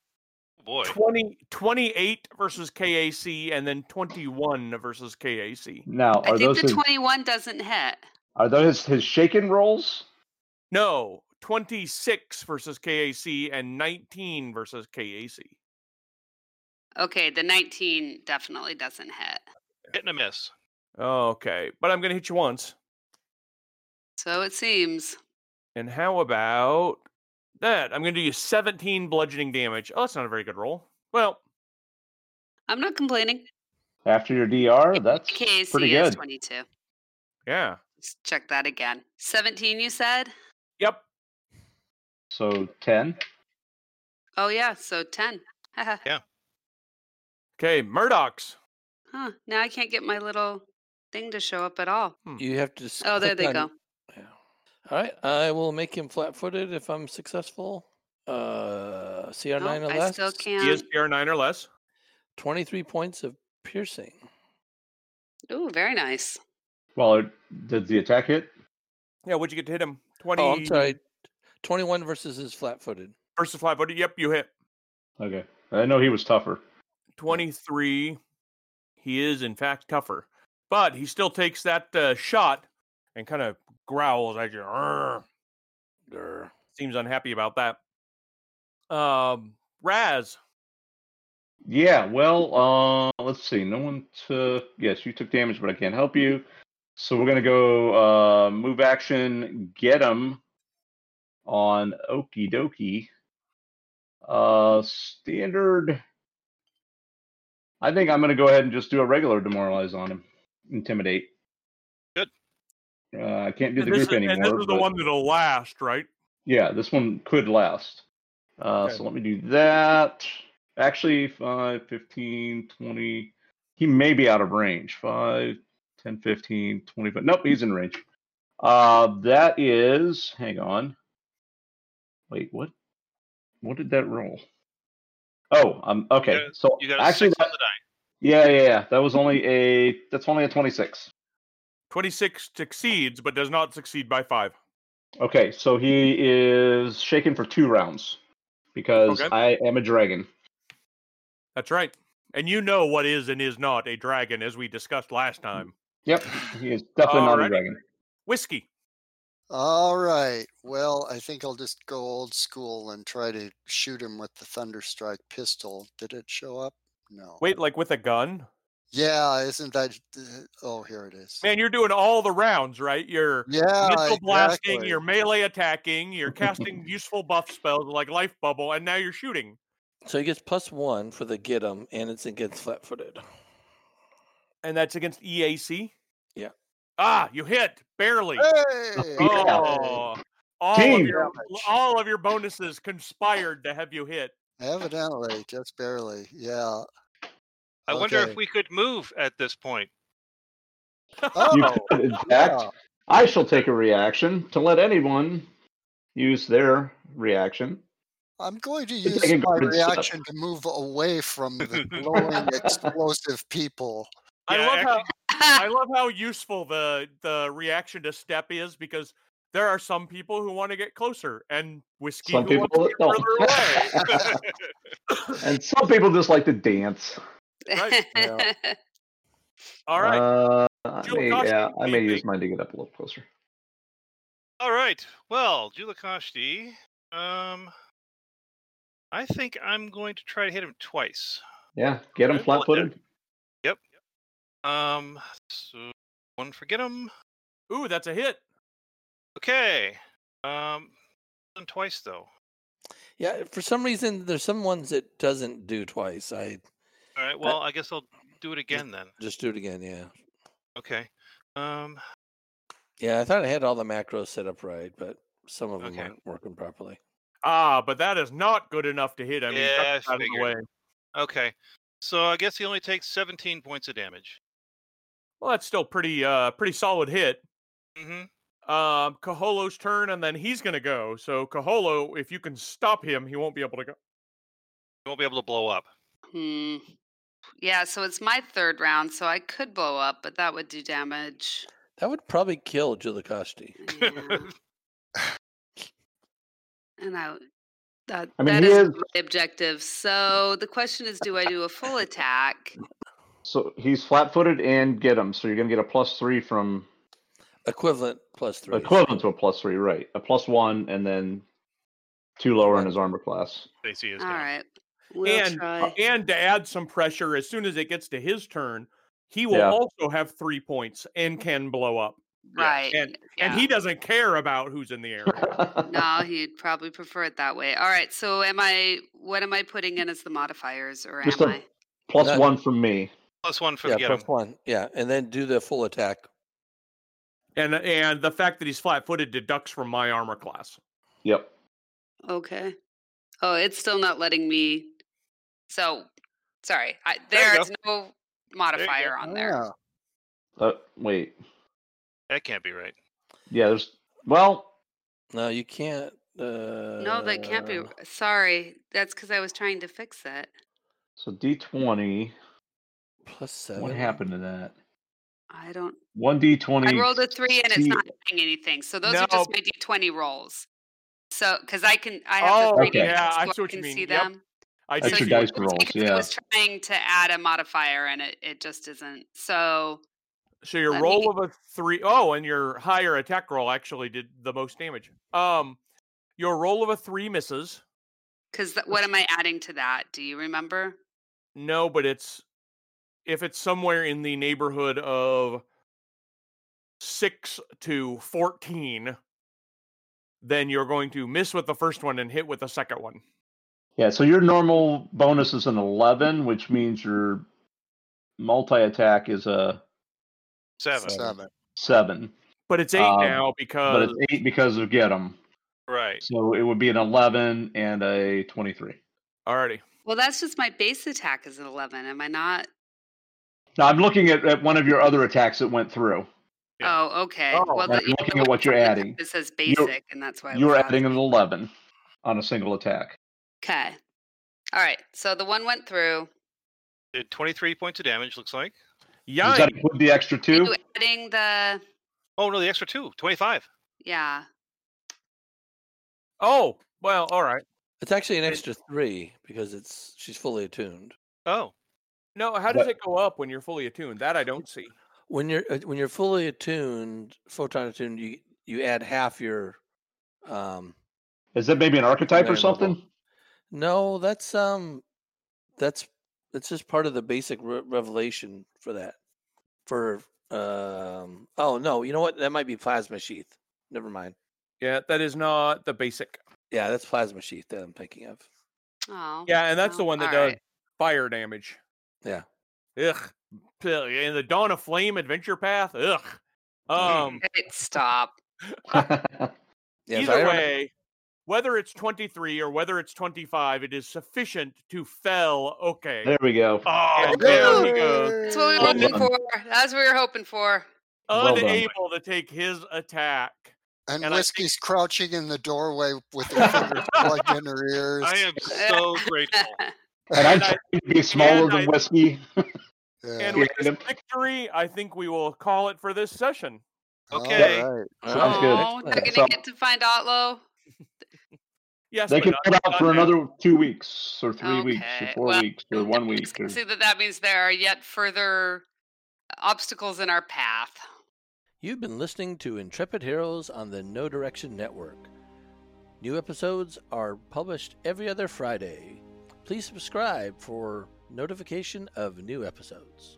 Speaker 3: Oh, boy.
Speaker 1: 20, 28 versus KAC and then 21 versus KAC.
Speaker 2: Now,
Speaker 4: I
Speaker 2: are
Speaker 4: think
Speaker 2: those
Speaker 4: the
Speaker 2: his,
Speaker 4: 21 doesn't hit.
Speaker 2: are those his shaken rolls?
Speaker 1: No, 26 versus KAC and 19 versus KAC.
Speaker 4: Okay, the 19 definitely doesn't hit.
Speaker 3: Hit and a miss.
Speaker 1: Okay, but I'm going to hit you once.
Speaker 4: So it seems.
Speaker 1: And how about that? I'm going to do you 17 bludgeoning damage. Oh, that's not a very good roll. Well,
Speaker 4: I'm not complaining.
Speaker 2: After your DR, Oh, that's
Speaker 4: KAC
Speaker 2: pretty
Speaker 4: is
Speaker 2: good.
Speaker 4: 22.
Speaker 1: yeah.
Speaker 4: E Let's check that again. 17, you said?
Speaker 1: Yep.
Speaker 2: So 10.
Speaker 4: Oh, yeah, so 10. Haha.
Speaker 1: Okay, Murdoch's.
Speaker 4: (laughs) huh, now I can't get my little thing to show up at all.
Speaker 1: Hmm.
Speaker 6: You have to. just
Speaker 4: Oh, there
Speaker 6: click
Speaker 4: they
Speaker 6: on-
Speaker 4: go.
Speaker 6: Yeah. All right, I will make him flat-footed if I'm successful. Uh, CR9
Speaker 4: Nope,
Speaker 6: or
Speaker 4: Oh, I
Speaker 6: less.
Speaker 4: still
Speaker 1: He is
Speaker 4: can't.
Speaker 1: PR 9 or less.
Speaker 6: 23 points of piercing.
Speaker 4: Ooh, very nice.
Speaker 2: Well, it, did the attack hit?
Speaker 1: Yeah, what'd you get to hit him? 20
Speaker 6: Oh, I'm sorry. 21 versus his flat-footed.
Speaker 1: versus 5 footed. Yep, you hit.
Speaker 2: Okay. I know he was tougher.
Speaker 1: 23. He is, in fact, tougher, but he still takes that uh, shot and kind of growls at you. "Arr."
Speaker 6: Grr.
Speaker 1: Seems unhappy about that. Um, Raz,
Speaker 2: Yeah, well, uh, let's see. No one took. Yes, you took damage, but I can't help you. So we're gonna go uh, move action, get him on Okie Dokie. Uh, standard. I think I'm gonna go ahead and just do a regular demoralize on him, intimidate.
Speaker 3: Good.
Speaker 2: Uh, I can't do
Speaker 1: and
Speaker 2: the
Speaker 1: this, is,
Speaker 2: group anymore.
Speaker 1: and this is the
Speaker 2: but-
Speaker 1: one that'll last, right?
Speaker 2: yeah, this one could last. Uh,
Speaker 1: Okay.
Speaker 2: So let me do that. Actually, 5, 15, 20. He may be out of range. 5, 10, 15, 25. Nope, he's in range. Uh, that is, hang on. Wait, what? What did that roll? Oh, um, okay.
Speaker 3: got a-
Speaker 2: so
Speaker 3: You got a
Speaker 2: actually,
Speaker 3: six
Speaker 2: that,
Speaker 3: on the die.
Speaker 2: yeah, yeah, yeah. That was only a, that's only a 26.
Speaker 1: 26 succeeds, but does not succeed by five.
Speaker 2: Okay, so he is shaken for two rounds because
Speaker 1: Okay.
Speaker 2: I am a dragon.
Speaker 1: That's right. And you know what is and is not a dragon, as we discussed
Speaker 2: Mm.
Speaker 1: last time.
Speaker 2: Yep, he is definitely not
Speaker 1: Alrighty.
Speaker 2: a dragon.
Speaker 1: Whiskey.
Speaker 5: All right. Well, I think I'll just go old school and try to shoot him with the Thunderstrike pistol. Did it show up? No.
Speaker 1: Wait, like with a gun?
Speaker 5: Yeah, isn't that? uh, Oh, here it is.
Speaker 1: Man, you're doing all the rounds, right? You're
Speaker 5: Yeah,
Speaker 1: missile blasting,
Speaker 5: exactly.
Speaker 1: you're melee attacking, you're casting useful buff spells like life bubble, and now you're shooting.
Speaker 6: So he gets plus one for the get him, and it's against flat-footed.
Speaker 1: And that's against E EAC.
Speaker 6: Yeah.
Speaker 1: Ah, you hit barely.
Speaker 5: Hey!
Speaker 1: Oh, all of,
Speaker 2: Team
Speaker 1: your,
Speaker 5: damage.
Speaker 1: all of your bonuses conspired to have you hit.
Speaker 5: Evidently, just barely.
Speaker 1: (laughs)
Speaker 5: Yeah.
Speaker 3: I wonder
Speaker 5: Okay.
Speaker 3: if we could move at this point.
Speaker 2: You
Speaker 5: Oh,
Speaker 2: could, in fact,
Speaker 5: yeah.
Speaker 2: I shall take a reaction to let anyone use their reaction.
Speaker 5: I'm going to
Speaker 2: You're
Speaker 5: use
Speaker 2: taking
Speaker 5: my
Speaker 2: garbage stuff.
Speaker 5: reaction to move away
Speaker 1: (laughs)
Speaker 5: from the glowing explosive people.
Speaker 1: I
Speaker 3: Yeah,
Speaker 1: love how
Speaker 3: actually-
Speaker 1: I
Speaker 4: (laughs)
Speaker 1: love how useful the the reaction to step is because there are some people who want to get closer and whiskey
Speaker 2: Some
Speaker 1: who wants
Speaker 2: people
Speaker 1: to
Speaker 2: that
Speaker 1: get further away.
Speaker 5: (laughs)
Speaker 2: don't. (laughs) and some people just like to dance.
Speaker 1: Right, All right.
Speaker 2: Uh, I
Speaker 1: Jill
Speaker 2: may, (laughs)
Speaker 1: Costa,
Speaker 2: yeah,
Speaker 1: what
Speaker 2: Uh, I
Speaker 1: do you
Speaker 2: may use
Speaker 1: think?
Speaker 2: mine to get up a little closer.
Speaker 3: All right. Well, Julakashti, um, I think I'm going to try to hit him twice.
Speaker 2: Yeah, get him
Speaker 3: Okay, well,
Speaker 2: flat footed.
Speaker 3: Um, so one for get him.
Speaker 1: Ooh, that's a hit.
Speaker 3: Okay. Um, done twice though.
Speaker 6: Yeah, for some reason there's some ones that doesn't do twice. I
Speaker 3: All right. Well, I guess I'll do it again then.
Speaker 6: just do it again. Yeah,
Speaker 3: Okay. Um,
Speaker 6: yeah. I thought I had all the macros set up right, but some of them
Speaker 3: Okay.
Speaker 6: aren't working properly.
Speaker 1: Ah, but that is not good enough to hit. I mean,
Speaker 3: Yeah,
Speaker 1: that's
Speaker 3: I
Speaker 1: out of the
Speaker 3: figured.
Speaker 1: way.
Speaker 3: okay. So I guess he only takes 17 points of damage.
Speaker 1: Well, that's still pretty, uh, pretty solid hit.
Speaker 3: Mm-hmm.
Speaker 1: Um, Caholo's turn, and then he's gonna go. So Caholo, if you can stop him, he won't be able to go.
Speaker 3: He won't be able to blow up.
Speaker 4: Hmm. Yeah, so it's my third round, so I could blow up, but that would do damage.
Speaker 6: That would probably kill Julakashti.
Speaker 4: Yeah. and I w- that
Speaker 2: I mean,
Speaker 4: that
Speaker 2: he
Speaker 4: is
Speaker 2: is-
Speaker 4: my objective. So the question is, do I do a full attack?
Speaker 2: So he's flat footed and get him. So you're going to get a plus three from
Speaker 6: Equivalent plus three.
Speaker 2: equivalent to a plus three, right? A plus one and then two lower in his armor class. (laughs)
Speaker 3: Stacy is
Speaker 4: All
Speaker 3: down.
Speaker 4: right, we'll
Speaker 1: and
Speaker 4: try.
Speaker 1: and to add some pressure, as soon as it gets to his turn, he will
Speaker 2: Yeah.
Speaker 1: also have three points and can blow up.
Speaker 4: right,
Speaker 1: And he doesn't care about who's in the air.
Speaker 4: No, he'd probably prefer it that way. All right, so am I? What am I putting in as the modifiers, or am
Speaker 2: Just a-
Speaker 4: I?
Speaker 2: Plus
Speaker 6: That-
Speaker 2: one from me.
Speaker 3: Plus one for
Speaker 6: yeah,
Speaker 3: the get
Speaker 6: plus
Speaker 3: 'em.
Speaker 6: one. Yeah, and then do the full attack.
Speaker 1: and and the fact that he's flat-footed deducts from my armor class.
Speaker 2: Yep.
Speaker 4: Okay. Oh, it's still not letting me. So, sorry. I,
Speaker 3: There you
Speaker 4: there's no modifier on there.
Speaker 5: Ah,
Speaker 2: Uh, wait.
Speaker 3: That can't be right.
Speaker 2: Yeah, there's. Well,
Speaker 6: No, you can't. Uh,
Speaker 4: No, that can't be.
Speaker 1: Ah.
Speaker 4: r- Sorry, that's because I was trying to fix it.
Speaker 2: so D20.
Speaker 6: Plus seven.
Speaker 2: What happened to that?
Speaker 4: I don't.
Speaker 2: One D20.
Speaker 4: I rolled a three and it's
Speaker 2: see-
Speaker 4: not doing anything. So those are just
Speaker 1: No.
Speaker 4: my d20 rolls. So, because I can, I have
Speaker 1: Oh,
Speaker 4: the three
Speaker 2: okay.
Speaker 4: d
Speaker 1: Yeah, I see
Speaker 4: so I
Speaker 1: what you
Speaker 4: can
Speaker 1: mean.
Speaker 4: see
Speaker 1: Yep.
Speaker 4: them.
Speaker 1: I
Speaker 2: That's
Speaker 1: do see
Speaker 2: your
Speaker 4: so you-
Speaker 1: what-
Speaker 2: dice rolls.
Speaker 4: Because I
Speaker 2: Yeah.
Speaker 4: was trying to add a modifier and it, it just isn't. So,
Speaker 1: So your
Speaker 4: Let
Speaker 1: roll
Speaker 4: me-
Speaker 1: of a three oh, and your higher attack roll actually did the most damage. Um, your roll of a three misses.
Speaker 4: because what am I adding to that? Do you remember?
Speaker 1: No, but it's if it's somewhere in the neighborhood of six to fourteen, then you're going to miss with the first one and hit with the second one.
Speaker 2: Yeah. So your normal bonus is an 11, which means your multi attack is a
Speaker 3: Seven.
Speaker 6: So-
Speaker 5: Seven.
Speaker 2: seven,
Speaker 1: But it's eight
Speaker 2: Um,
Speaker 1: now
Speaker 2: but
Speaker 1: because
Speaker 2: it's eight because of get him.
Speaker 3: Right.
Speaker 2: So it would be an 11 and a 23.
Speaker 1: already.
Speaker 4: Well, that's just my base attack is an 11. Am I not?
Speaker 2: Now I'm looking at, at one of your other attacks that went through.
Speaker 3: Yeah.
Speaker 4: Oh, okay.
Speaker 1: Oh,
Speaker 4: well,
Speaker 2: I'm
Speaker 4: the- you know
Speaker 2: looking at what you're
Speaker 4: something
Speaker 2: adding.
Speaker 4: It says
Speaker 2: You're-
Speaker 4: basic, and that's why I
Speaker 2: You
Speaker 4: was
Speaker 2: were adding an 11 on a single attack.
Speaker 4: Okay. All right. So the one went through.
Speaker 3: Did 23 points of damage, looks like.
Speaker 2: Does
Speaker 1: Yikes.
Speaker 2: that include the extra
Speaker 4: Are
Speaker 2: two?
Speaker 4: you adding the
Speaker 3: Oh, no, the extra two. 25.
Speaker 4: yeah.
Speaker 1: Oh, well, all right.
Speaker 6: It's actually an extra three because it's she's fully attuned.
Speaker 3: Oh,
Speaker 1: No, how does
Speaker 2: But-
Speaker 1: it go up when you're fully attuned? That I don't see.
Speaker 6: When you're uh, when you're fully attuned, photon attuned, you you add half your. Um,
Speaker 2: Is that maybe an archetype or
Speaker 6: Command level.
Speaker 2: something? (laughs)
Speaker 6: no, that's um, that's that's just part of the basic re- revelation for that. For um, oh no, you know what? That might be plasma sheath. Never mind.
Speaker 1: Yeah, that is not the basic.
Speaker 6: Yeah, that's plasma sheath that I'm thinking of.
Speaker 4: Oh.
Speaker 1: Yeah, and that's the
Speaker 4: Well,
Speaker 1: one that does
Speaker 4: alright.
Speaker 1: fire damage.
Speaker 6: Yeah.
Speaker 1: Ugh. P- In the Dawn of Flame adventure path. Ugh. Um.
Speaker 4: It stop.
Speaker 6: Yeah, so I
Speaker 1: either
Speaker 6: don't-
Speaker 1: way, whether it's 23 or whether it's 25, it is sufficient to fell. Okay.
Speaker 2: there we go.
Speaker 1: Oh,
Speaker 4: we
Speaker 1: there he
Speaker 4: go.
Speaker 1: goes.
Speaker 4: That's what we were
Speaker 1: Well
Speaker 4: hoping
Speaker 2: done.
Speaker 4: for. That's what we were hoping for.
Speaker 2: Well done.
Speaker 1: Unable to take his attack.
Speaker 5: And,
Speaker 1: and I
Speaker 5: Whiskey's crouching in the doorway with
Speaker 3: (laughs)
Speaker 5: her fingers plugged in her ears.
Speaker 3: I am so grateful.
Speaker 2: And I'm
Speaker 1: And I-
Speaker 2: trying to be smaller
Speaker 1: and I-
Speaker 2: than whiskey.
Speaker 5: Yeah.
Speaker 1: And with this
Speaker 2: Yep.
Speaker 1: victory, I think we will call it for this session.
Speaker 5: All
Speaker 3: Okay.
Speaker 5: right.
Speaker 2: Sounds good.
Speaker 4: Oh, they're
Speaker 6: Excellent.
Speaker 2: So-
Speaker 4: gonna get to find Otlo.
Speaker 1: Yes,
Speaker 2: They
Speaker 1: but
Speaker 2: can
Speaker 1: not-
Speaker 2: hold out
Speaker 1: not
Speaker 2: for
Speaker 1: now.
Speaker 2: another two weeks or three weeks or
Speaker 4: Okay,
Speaker 2: four
Speaker 4: well,
Speaker 2: weeks or
Speaker 4: I'm
Speaker 2: one
Speaker 4: just (laughs)
Speaker 2: week.
Speaker 4: gonna
Speaker 2: Or...
Speaker 4: See that that means there are yet further obstacles in our path.
Speaker 6: You've been listening to Intrepid Heroes on the No Direction Network. New episodes are published every other Friday. Please subscribe for notification of new episodes.